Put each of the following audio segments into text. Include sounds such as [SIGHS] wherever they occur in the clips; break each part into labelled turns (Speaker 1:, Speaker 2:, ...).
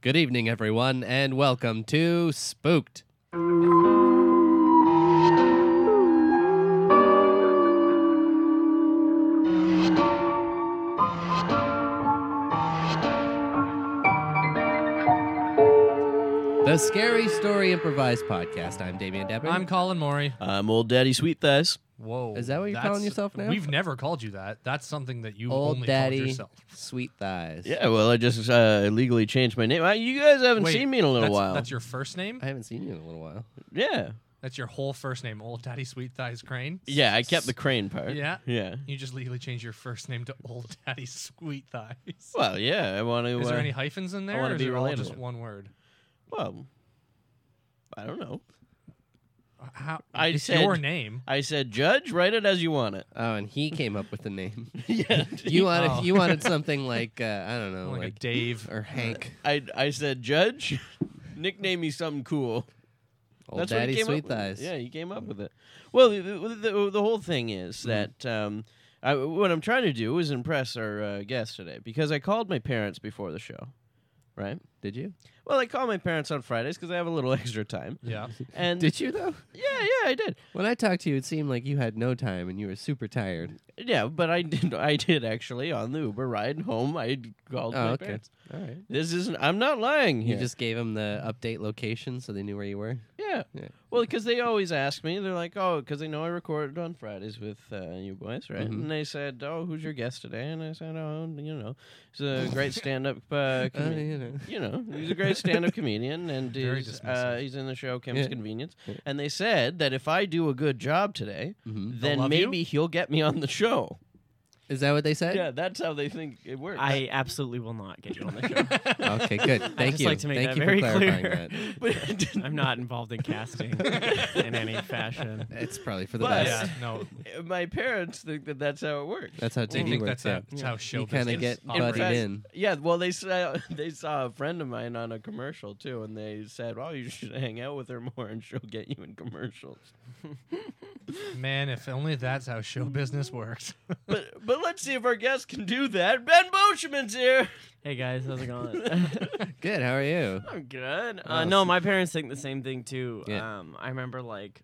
Speaker 1: Good evening, everyone, and welcome to Spooked. The Scary Story Improvised Podcast. I'm Damian Depper.
Speaker 2: I'm Colin Mori.
Speaker 3: Uh, I'm old daddy sweet thighs.
Speaker 2: Whoa.
Speaker 1: Is that what you're
Speaker 2: that's-
Speaker 1: calling yourself now?
Speaker 2: We've never called you that. That's something that you
Speaker 1: Old
Speaker 2: only called
Speaker 1: Daddy
Speaker 2: yourself.
Speaker 1: Sweet Thighs.
Speaker 3: Yeah, well, I just uh, legally changed my name. Uh, you guys haven't
Speaker 2: Wait,
Speaker 3: seen me in a little
Speaker 2: that's,
Speaker 3: while.
Speaker 2: That's your first name?
Speaker 1: I haven't seen you in a little while.
Speaker 3: yeah,
Speaker 2: That's your whole first name, Old Daddy Sweet Thighs Crane?
Speaker 3: yeah. I kept the crane part.
Speaker 2: Yeah?
Speaker 3: yeah.
Speaker 2: You just legally changed your first name to Old [LAUGHS] Daddy Sweet
Speaker 3: [LAUGHS]
Speaker 2: Thighs.
Speaker 3: Well, yeah. I want to.
Speaker 2: Is
Speaker 3: uh,
Speaker 2: there any hyphens in there,
Speaker 3: wanna
Speaker 2: or is
Speaker 3: be
Speaker 2: it all just
Speaker 3: relatable.
Speaker 2: one word?
Speaker 3: Well, I don't know.
Speaker 2: Uh, How,
Speaker 3: I
Speaker 2: it's
Speaker 3: said-
Speaker 2: your name.
Speaker 3: I said, Judge, write it as you want it.
Speaker 1: Oh, and he came up with the name.
Speaker 3: [LAUGHS] yeah.
Speaker 1: You wanted
Speaker 2: Oh.
Speaker 1: you wanted something like uh, I don't know,
Speaker 2: Like,
Speaker 1: like,
Speaker 2: a Dave.
Speaker 1: or Hank.
Speaker 3: [LAUGHS] I I said, Judge, nickname me something cool.
Speaker 1: Old
Speaker 3: That's what
Speaker 1: Daddy
Speaker 3: he came
Speaker 1: Sweet
Speaker 3: up with.
Speaker 1: Thighs.
Speaker 3: Yeah, he came up with it. Well, the, the, the, the whole thing
Speaker 1: Mm-hmm.
Speaker 3: is that um, I, what I'm trying to do is impress our uh, guest today because I called my parents before the show, right?
Speaker 1: Did you?
Speaker 3: Well, I call my parents on Fridays because I have a little [LAUGHS]
Speaker 1: [LAUGHS]
Speaker 3: extra time.
Speaker 2: [LAUGHS] Yeah.
Speaker 3: And
Speaker 1: Did you though?
Speaker 3: yeah, yeah, I did.
Speaker 1: When I talked to you, it seemed like you had no time and you were super tired.
Speaker 3: Yeah, but I did. I did actually on the Uber ride home. I called
Speaker 1: Oh,
Speaker 3: my
Speaker 1: okay.
Speaker 3: parents.
Speaker 1: All right.
Speaker 3: This isn't. I'm not lying
Speaker 1: You
Speaker 3: here.
Speaker 1: just gave them the update location so they knew where you were.
Speaker 3: yeah.
Speaker 1: Yeah.
Speaker 3: Well, because they always ask me. They're like, oh, because they know I recorded on Fridays with uh, you boys, right?
Speaker 1: Mhm.
Speaker 3: And they said, oh, who's your guest today? And I said, oh, you know, he's a
Speaker 1: [LAUGHS]
Speaker 3: great stand-up uh,
Speaker 1: Uh,
Speaker 3: comedian.
Speaker 1: you know.
Speaker 3: you know, he's a
Speaker 1: [LAUGHS]
Speaker 3: great stand-up comedian, and
Speaker 2: Very
Speaker 3: he's, uh,
Speaker 2: dismissive.
Speaker 3: he's in the show Kim's
Speaker 1: Yeah.
Speaker 3: Convenience.
Speaker 1: Yeah.
Speaker 3: And they said that if I do a good job today,
Speaker 1: Mhm.
Speaker 3: then
Speaker 2: love you?
Speaker 3: maybe he'll get me on the show.
Speaker 1: Is that what they said?
Speaker 3: Yeah, that's how they think it works.
Speaker 1: [LAUGHS]
Speaker 4: I absolutely will not get you on the show. [LAUGHS]
Speaker 1: Okay, [LAUGHS] good. Thank
Speaker 4: just
Speaker 1: you.
Speaker 4: like to make
Speaker 1: Thank
Speaker 4: that
Speaker 1: you
Speaker 4: very
Speaker 1: for clarifying
Speaker 4: clear. [LAUGHS]
Speaker 1: that.
Speaker 3: but
Speaker 4: I'm not involved in casting in any fashion.
Speaker 1: It's probably for the
Speaker 3: But-
Speaker 1: best.
Speaker 2: Yeah, no.
Speaker 3: my parents think that that's how it works.
Speaker 1: That's how
Speaker 2: They
Speaker 1: TV
Speaker 2: think
Speaker 1: works.
Speaker 2: that's,
Speaker 1: yeah.
Speaker 2: how- that's how show
Speaker 1: you kind of
Speaker 2: business
Speaker 1: get
Speaker 2: operates.
Speaker 1: buddied in.
Speaker 3: Yeah, well, they saw [LAUGHS] they saw a friend of mine on a commercial too, and they said, "Oh, you should hang out with her more, and she'll get you in commercials."
Speaker 2: Man, if only that's how show business works. [LAUGHS]
Speaker 3: but but let's see if our guest can do that. Ben Boschman's here. [LAUGHS]
Speaker 4: Hey guys, how's
Speaker 1: [LAUGHS]
Speaker 4: it going? [LAUGHS]
Speaker 1: Good. How are you?
Speaker 4: I'm good. Uh,
Speaker 1: Awesome.
Speaker 3: [LAUGHS]
Speaker 4: no, my parents think the same thing too.
Speaker 1: Yeah.
Speaker 4: Um, I remember like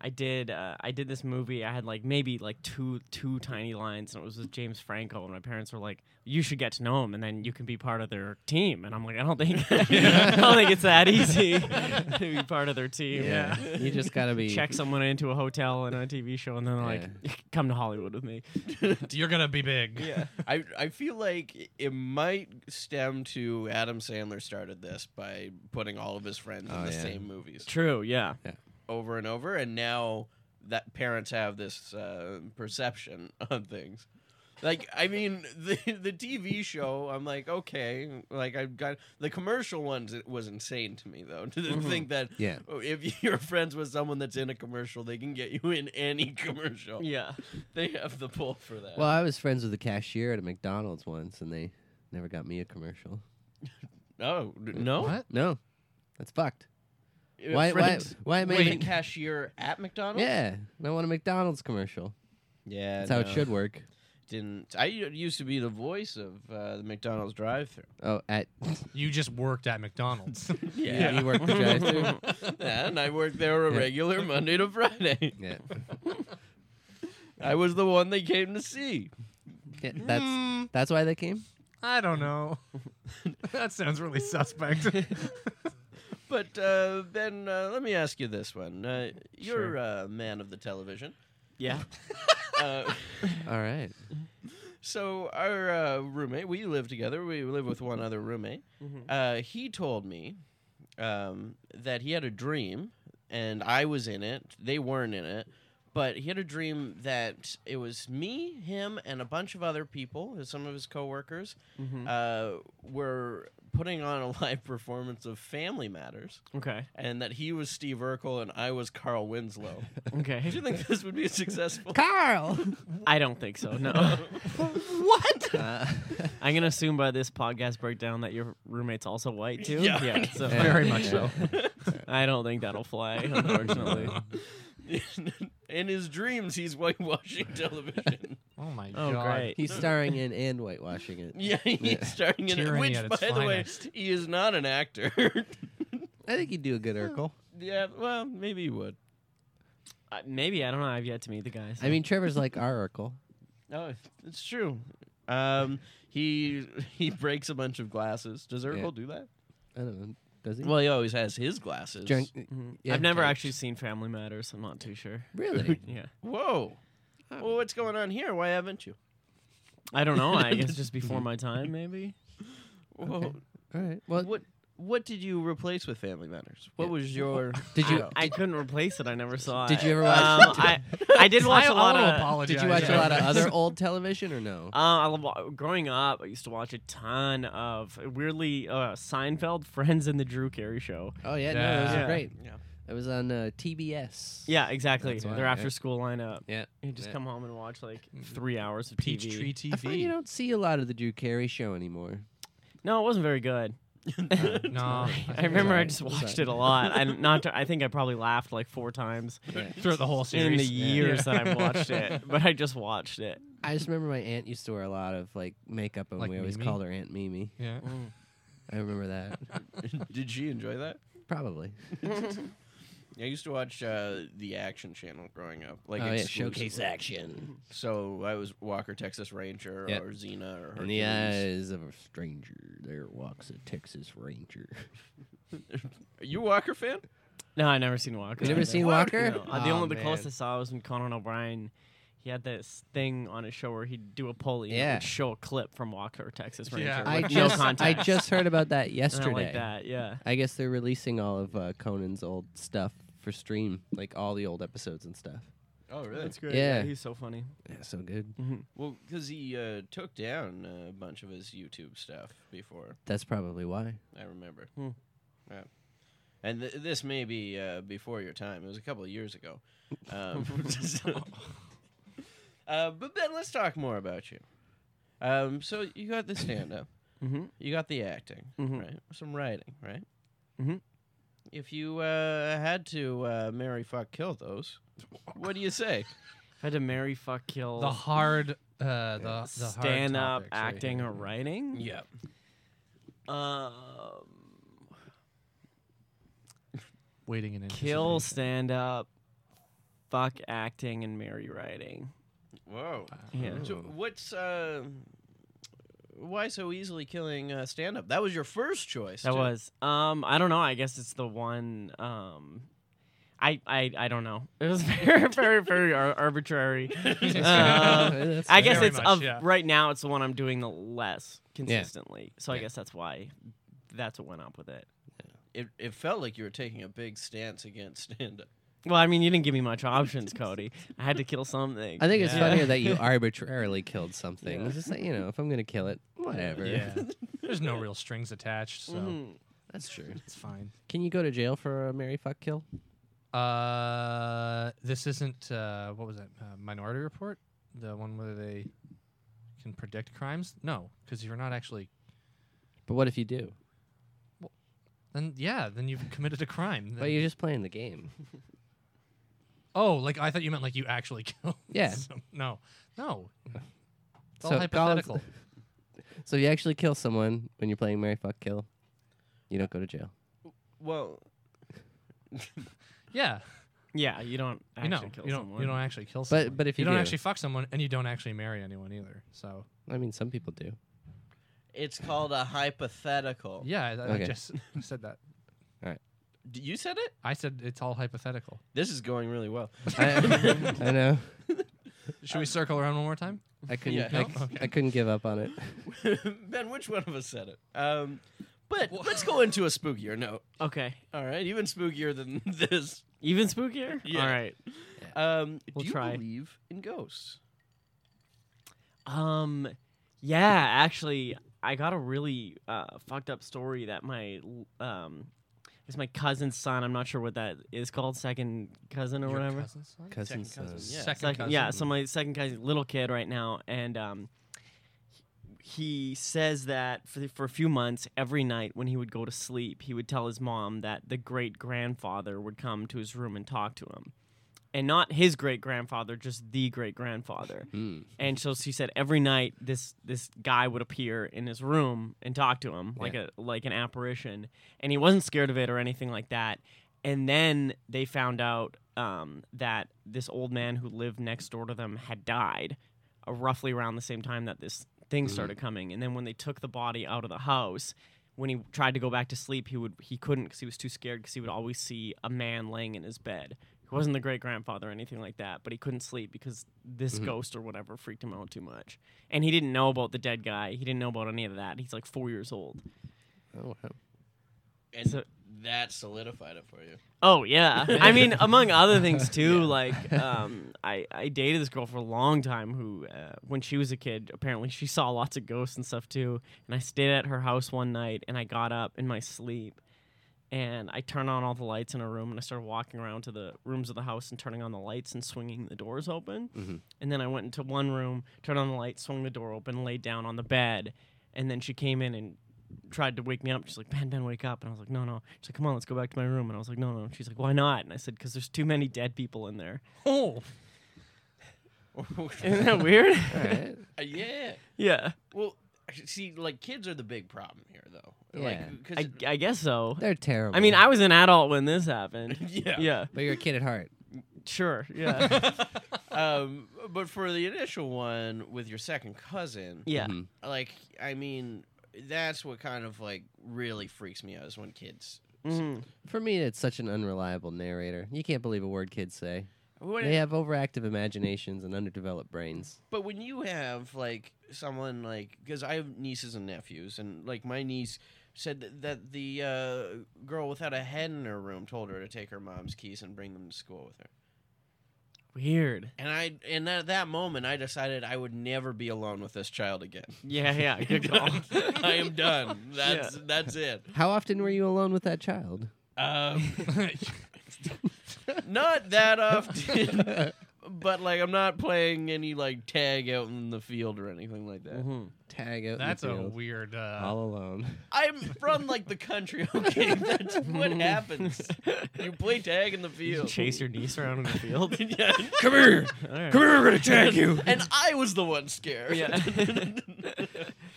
Speaker 4: I did uh, I did this movie. I had like maybe like two two tiny lines, and it was with James Franco. And my parents were like, "You should get to know him, and then you can be part of their team." And I'm like, "I don't think [LAUGHS] I don't think it's that easy [LAUGHS] to be part of their team." [LAUGHS]
Speaker 1: You just gotta be.
Speaker 4: Check someone into a hotel and a TV show, and then like, [LAUGHS] come to Hollywood with me.
Speaker 2: You're going to be big.
Speaker 3: Yeah, I I feel like it might stem to Adam Sandler started this by putting all of his friends
Speaker 1: Oh,
Speaker 3: in the
Speaker 1: yeah.
Speaker 3: same movies
Speaker 4: True. Yeah.
Speaker 3: over and over, and now that parents have this uh, perception [LAUGHS] on things. Like I mean, [LAUGHS] the the TV show, I'm like, okay, like I've got the commercial ones. It was insane to me though [LAUGHS] to
Speaker 4: Mhm.
Speaker 3: think that
Speaker 1: Mm-hmm.
Speaker 3: oh,
Speaker 1: Yeah.
Speaker 3: if [LAUGHS] you're friends with someone that's in a commercial, they can get you in any [LAUGHS] commercial.
Speaker 4: Yeah.
Speaker 3: They have the pull for that.
Speaker 1: Well, I was friends with a cashier at a McDonald's once, and they never got me a commercial.
Speaker 3: oh d- no,
Speaker 2: What?
Speaker 1: No, that's fucked.
Speaker 3: Uh,
Speaker 1: Why? Why?
Speaker 3: friends-
Speaker 1: Why
Speaker 3: Wait, a
Speaker 1: make?
Speaker 3: cashier at McDonald's?
Speaker 1: Yeah, I want a McDonald's commercial.
Speaker 3: yeah.
Speaker 1: That's how it
Speaker 3: no,
Speaker 1: should work.
Speaker 3: Didn't I u- used to be the voice of uh, the McDonald's drive-through?
Speaker 1: Oh, at
Speaker 2: You just worked at McDonald's.
Speaker 1: [LAUGHS] yeah, you work the drive
Speaker 3: [LAUGHS]
Speaker 1: through.
Speaker 3: yeah, and I worked there a
Speaker 1: Yeah.
Speaker 3: regular Monday to Friday.
Speaker 1: Yeah.
Speaker 3: I was the one they came to see.
Speaker 1: Yeah, that's that's why they came.
Speaker 2: Hmm, I don't know. [LAUGHS] that sounds really suspect.
Speaker 3: But uh, Ben, uh, let me ask you this one: uh, You're a man of the television.
Speaker 4: Yeah.
Speaker 3: Uh, [LAUGHS]
Speaker 1: All right.
Speaker 3: So our uh, roommate, we live together. We live with one other roommate.
Speaker 4: Mhm.
Speaker 3: Uh, he told me um, that he had a dream, and I was in it. They weren't in it, but he had a dream that it was me, him, and a bunch of other people, some of his coworkers,
Speaker 4: Mhm.
Speaker 3: uh, were putting on a [LAUGHS] live performance of Family Matters,
Speaker 4: Okay.
Speaker 3: and that he was Steve Urkel and I was Carl Winslow. Do you
Speaker 4: Okay.
Speaker 3: think this would be
Speaker 1: [LAUGHS]
Speaker 3: successful?
Speaker 1: Carl.
Speaker 4: I don't think so.
Speaker 1: [LAUGHS]
Speaker 4: No.
Speaker 3: what? [LAUGHS]
Speaker 1: Uh, [LAUGHS]
Speaker 4: I'm gonna assume by this podcast breakdown that your roommate's also white too.
Speaker 3: Yeah.
Speaker 1: [LAUGHS]
Speaker 4: so
Speaker 2: Very much so.
Speaker 4: I don't think that'll fly, unfortunately.
Speaker 3: In his dreams, he's whitewashing television.
Speaker 2: Oh my
Speaker 4: Oh,
Speaker 2: god.
Speaker 4: great.
Speaker 1: He's starring in and whitewashing it.
Speaker 3: Yeah, he's
Speaker 1: Yeah.
Speaker 3: starting in
Speaker 2: Tyranny
Speaker 3: which,
Speaker 2: at
Speaker 3: by
Speaker 2: its
Speaker 3: the
Speaker 2: finest.
Speaker 3: way, he is not an actor. [LAUGHS]
Speaker 1: I think he'd do a good Urkel.
Speaker 3: yeah, well, maybe he would.
Speaker 4: Uh, maybe I don't know. I've yet to meet the guy. so-
Speaker 1: I mean, Trevor's like our Urkel.
Speaker 3: No, it's true. Um, he he breaks a bunch of glasses. Does Urkel do that?
Speaker 1: I don't know. Does he?
Speaker 3: Well, he always has his glasses.
Speaker 1: Drunk-
Speaker 4: Mhm.
Speaker 1: yeah,
Speaker 4: I've never
Speaker 1: Jack.
Speaker 4: actually seen Family Matters. I'm not too sure. [LAUGHS]
Speaker 1: Really?
Speaker 4: Yeah,
Speaker 3: Whoa.
Speaker 1: Um,
Speaker 3: Well, what's going on here? Why haven't you?
Speaker 4: I don't know. I guess
Speaker 1: [LAUGHS]
Speaker 4: just before my time, maybe.
Speaker 3: Whoa.
Speaker 1: Okay. All right. Well,
Speaker 3: What what did you replace with Family Matters? What
Speaker 1: Yeah.
Speaker 3: was your
Speaker 1: [LAUGHS] Did you-
Speaker 4: I, I couldn't replace it. I never saw
Speaker 1: did
Speaker 4: it.
Speaker 1: you ever watch-
Speaker 4: Um, I I
Speaker 1: [LAUGHS]
Speaker 4: did watch
Speaker 2: I
Speaker 4: a lot
Speaker 2: wanna
Speaker 4: of.
Speaker 2: apologize.
Speaker 1: did you watch a lot of
Speaker 2: guys. [LAUGHS]
Speaker 1: other old television or no?
Speaker 4: Uh, I lo- growing up, I used to watch a ton of weirdly uh, Seinfeld, Friends, and the Drew Carey Show.
Speaker 1: Oh yeah, no, those
Speaker 4: Yeah.
Speaker 1: are great.
Speaker 3: Yeah.
Speaker 1: It was on uh, TBS.
Speaker 4: Yeah, exactly.
Speaker 1: That's why,
Speaker 4: Their
Speaker 1: yeah.
Speaker 4: after school lineup.
Speaker 1: Yeah.
Speaker 4: You
Speaker 1: Yeah.
Speaker 4: just
Speaker 1: Mm-hmm.
Speaker 4: come home and watch like three hours of TV.
Speaker 2: Peachtree TV?
Speaker 1: I find you don't see a lot of the Drew Carey show anymore.
Speaker 4: No, it wasn't very good.
Speaker 1: [LAUGHS]
Speaker 2: no, I,
Speaker 4: I remember I
Speaker 1: alright.
Speaker 4: just
Speaker 1: It's
Speaker 4: watched
Speaker 1: alright.
Speaker 4: it a lot.
Speaker 1: [LAUGHS]
Speaker 4: I not. I think I probably laughed like four times
Speaker 2: throughout the whole series
Speaker 4: in the
Speaker 2: Yeah.
Speaker 4: years
Speaker 2: Yeah.
Speaker 4: that I've watched it, but I just watched it.
Speaker 1: I just remember my aunt used to wear a lot of like makeup, and
Speaker 2: Like
Speaker 1: we always
Speaker 2: Mimi?
Speaker 1: called her Aunt Mimi.
Speaker 2: Yeah.
Speaker 1: I remember
Speaker 4: [LAUGHS]
Speaker 1: that.
Speaker 3: [LAUGHS] Did she enjoy that?
Speaker 1: Probably.
Speaker 3: I used to watch uh, the Action Channel growing up, like
Speaker 1: oh yeah,
Speaker 3: exclusively.
Speaker 1: showcase action
Speaker 3: So I was Walker Texas Ranger
Speaker 1: Yep.
Speaker 3: or Xena or
Speaker 1: in the
Speaker 3: Hercules.
Speaker 1: eyes of a stranger. There walks a Texas
Speaker 4: [LAUGHS]
Speaker 1: Ranger. uh,
Speaker 3: Are you a Walker fan?
Speaker 4: No, I never seen Walker.
Speaker 1: You never
Speaker 4: either.
Speaker 1: seen
Speaker 3: What?
Speaker 1: Walker?
Speaker 3: No.
Speaker 4: Uh, the
Speaker 1: Oh,
Speaker 4: only the
Speaker 1: man.
Speaker 4: closest I saw was when Conan O'Brien. He had this thing on his show where he'd do a pulley and it
Speaker 1: Yeah.
Speaker 4: would show a clip from Walker, Texas Ranger.
Speaker 2: Yeah.
Speaker 4: with
Speaker 1: I
Speaker 4: no
Speaker 1: just I
Speaker 4: context.
Speaker 1: just heard about that
Speaker 4: And [LAUGHS] I
Speaker 1: yesterday.
Speaker 4: like that. Yeah.
Speaker 1: I guess they're releasing all of uh, Conan's old stuff for stream, like all the old episodes and stuff.
Speaker 3: Oh, really?
Speaker 4: great.
Speaker 1: Yeah.
Speaker 4: he's so funny.
Speaker 1: Yeah, so good.
Speaker 3: Well, because he uh, took down a bunch of his YouTube stuff before.
Speaker 1: That's probably why.
Speaker 4: [LAUGHS]
Speaker 1: [LAUGHS]
Speaker 3: I remember.
Speaker 4: Hmm.
Speaker 3: Yeah. And th- this may be uh, before your time. It was a couple of years ago.
Speaker 4: [LAUGHS]
Speaker 3: Um, [LAUGHS] so- uh, but Ben, let's talk more about you. Um, so you got the stand-up.
Speaker 4: Mm-hmm.
Speaker 3: You got the acting,
Speaker 4: Mhm.
Speaker 3: right? Some writing, right?
Speaker 4: Mhm.
Speaker 3: If you uh, had to uh, marry, fuck, kill those, what do you
Speaker 4: [LAUGHS]
Speaker 3: say?
Speaker 4: I had to marry, fuck, kill,
Speaker 2: The hard, uh, the, the hard
Speaker 4: stand up,
Speaker 2: topics right
Speaker 4: acting,
Speaker 2: here.
Speaker 4: or writing.
Speaker 3: yeah.
Speaker 4: Um,
Speaker 2: Waiting in
Speaker 4: kill
Speaker 2: anticipation.
Speaker 4: stand up, fuck acting, and marry writing.
Speaker 3: Whoa.
Speaker 4: Yeah.
Speaker 3: So what's uh, why so easily killing uh, stand-up? That was your first choice.
Speaker 4: That
Speaker 3: too.
Speaker 4: was. Um, I don't know. I guess it's the one. Um, I, I, I don't know. It was [LAUGHS] very, very, very ar-
Speaker 2: [LAUGHS]
Speaker 4: arbitrary. Uh,
Speaker 1: That's fair.
Speaker 4: I guess
Speaker 2: Very
Speaker 4: it's
Speaker 2: much,
Speaker 4: of
Speaker 2: yeah.
Speaker 4: right now. It's the one I'm doing the less consistently. So I
Speaker 1: Yeah.
Speaker 4: guess that's why. That's what went up with it.
Speaker 3: It, it felt like you were taking a big stance against [LAUGHS] stand-up.
Speaker 4: Well, I mean, you didn't give me much options, Cody. I had to kill something.
Speaker 1: I think it's
Speaker 2: Yeah.
Speaker 1: funnier that [LAUGHS] you arbitrarily killed something. It's just like, you know, if I'm gonna kill it, whatever.
Speaker 2: Yeah. There's no real strings attached, so
Speaker 4: Mhm.
Speaker 1: [LAUGHS] That's true.
Speaker 2: it's fine.
Speaker 1: Can you go to jail for a Mary fuck kill?
Speaker 2: Uh, this isn't uh, what was that? Uh, Minority Report, the one where they can predict crimes. No, because you're not actually.
Speaker 1: But what if you do?
Speaker 2: Then yeah, then you've committed a crime.
Speaker 1: But
Speaker 2: Then,
Speaker 1: you're just playing the game. [LAUGHS]
Speaker 2: oh, like I thought you meant like you actually [LAUGHS] killed.
Speaker 1: Yeah.
Speaker 2: some- no, no. It's
Speaker 1: So
Speaker 2: all
Speaker 1: Colin's-
Speaker 2: hypothetical.
Speaker 1: So if you actually kill someone when you're playing Mary fuck kill, you don't go to jail.
Speaker 3: Well,
Speaker 2: [LAUGHS]
Speaker 4: [LAUGHS]
Speaker 2: yeah,
Speaker 4: Yeah, you don't.
Speaker 2: you
Speaker 4: Actually
Speaker 2: know,
Speaker 4: kill
Speaker 2: you don't,
Speaker 4: someone.
Speaker 2: you don't actually kill someone.
Speaker 1: But but if
Speaker 2: you
Speaker 1: you,
Speaker 2: don't
Speaker 1: do,
Speaker 2: actually fuck someone, and you don't actually marry anyone either. So
Speaker 1: I mean, some people do.
Speaker 3: it's called a hypothetical.
Speaker 2: yeah, I, I
Speaker 1: Okay.
Speaker 2: just [LAUGHS] said that.
Speaker 3: D- You said it.
Speaker 2: I said it's all hypothetical.
Speaker 3: This is going really well. [LAUGHS]
Speaker 1: I, [LAUGHS] I know.
Speaker 4: Uh,
Speaker 2: Should we circle around one more time?
Speaker 1: I couldn't.
Speaker 3: Yeah.
Speaker 1: I,
Speaker 2: No? Okay.
Speaker 1: I couldn't give up [LAUGHS] on it.
Speaker 3: ben, which one of us said it? Um, but let's go into a spookier note.
Speaker 4: Okay.
Speaker 3: All right, even spookier than [LAUGHS] this.
Speaker 4: Even spookier.
Speaker 3: Yeah.
Speaker 4: All right.
Speaker 3: Um,
Speaker 4: We'll
Speaker 3: do you
Speaker 4: try.
Speaker 3: believe in ghosts?
Speaker 4: Um, yeah, actually, I got a really uh, fucked up story that my l- um, it's my cousin's son. I'm not sure what that is called, second cousin or
Speaker 2: Your
Speaker 4: whatever.
Speaker 2: cousin's son?
Speaker 1: Cousins.
Speaker 3: Second cousin,
Speaker 1: uh,
Speaker 3: yeah.
Speaker 2: Second,
Speaker 4: Second,
Speaker 2: cousin.
Speaker 4: yeah, so my second cousin, little kid right now, and um, he says that for, for a few months, every night when he would go to sleep, he would tell his mom that the great grandfather would come to his room and talk to him. and not his great grandfather, just the great grandfather.
Speaker 2: Hmm.
Speaker 1: Mm.
Speaker 4: And so she said every night this this guy would appear in his room and talk to him like a like an apparition, and he wasn't scared of it or anything like that. And then they found out um, that this old man who lived next door to them had died, uh, roughly around the same time that this thing started coming. And then when they took the body out of the house, when he tried to go back to sleep, he would he couldn't because he was too scared because he would always see a man laying in his bed. He wasn't the great grandfather or anything like that, but he couldn't sleep because this ghost or whatever freaked him out too much. And he didn't know about the dead guy. He didn't know about any of that. He's like four years old.
Speaker 1: Oh, wow.
Speaker 3: and
Speaker 4: So-
Speaker 3: that solidified it for you. [LAUGHS]
Speaker 4: Oh yeah, I mean among other things too. Like um, I I dated this girl for a long time who, uh, when she was a kid, apparently she saw lots of ghosts and stuff too. And I stayed at her house one night, and I got up in my sleep, and I turned on all the lights in her room, and I started walking around to the rooms of the house and turning on the lights and swinging the doors open.
Speaker 1: Mhm.
Speaker 4: And then I went into one room, turned on the light, swung the door open, laid down on the bed, and then she came in and tried to wake me up. She's like, Ben, Ben, wake up. And I was like, no, no. She's like, come on, let's go back to my room. And I was like, no, no. She's like, why not? And I said, because there's too many dead people in there.
Speaker 2: [LAUGHS] Oh,
Speaker 4: Isn't that weird?
Speaker 1: All right.
Speaker 3: yeah.
Speaker 4: [LAUGHS] yeah.
Speaker 3: Well, see, like kids are the big problem here, though.
Speaker 1: Yeah.
Speaker 3: Like, 'cause
Speaker 4: I, I guess so.
Speaker 1: They're terrible.
Speaker 4: I mean, I was an adult when this happened.
Speaker 3: [LAUGHS] [LAUGHS] Yeah.
Speaker 4: Yeah.
Speaker 1: But you're a kid at heart.
Speaker 4: Sure. Yeah.
Speaker 3: um, but for the initial one with your second cousin,
Speaker 4: [LAUGHS] yeah.
Speaker 1: Mhm.
Speaker 3: like I mean, that's what kind of like really freaks me out is when kids.
Speaker 4: hmm
Speaker 1: For me, it's such an unreliable narrator. You can't believe a word kids say.
Speaker 3: What-
Speaker 1: They have overactive imaginations and underdeveloped brains.
Speaker 3: But when you have like someone like because I have nieces and nephews, and like my niece said th- that the uh, girl without a head in her room told her to take her mom's keys and bring them to school with her.
Speaker 4: Weird.
Speaker 3: And I and at that moment I decided I would never be alone with this child again.
Speaker 4: Yeah. [LAUGHS] Yeah. Good
Speaker 3: [LAUGHS]
Speaker 4: call.
Speaker 3: I am done. That's that's it.
Speaker 1: How often were you alone with that child?
Speaker 3: Um, not that often,
Speaker 4: [LAUGHS]
Speaker 3: but like I'm not playing any like tag out in the field or anything like that.
Speaker 4: hmm
Speaker 1: Tag out. in the
Speaker 2: that's a
Speaker 1: field,
Speaker 2: weird. Uh,
Speaker 1: all alone.
Speaker 3: I'm from like the
Speaker 4: [LAUGHS]
Speaker 3: country. Okay, that's what happens. You play tag in the
Speaker 4: Mm-hmm. You
Speaker 3: field.
Speaker 4: chase your niece around in the field.
Speaker 3: [LAUGHS]
Speaker 4: [LAUGHS]
Speaker 3: Yeah.
Speaker 1: Come here!
Speaker 4: All right.
Speaker 1: here! We're gonna tag
Speaker 3: And I was the one scared. [LAUGHS]
Speaker 4: Yeah.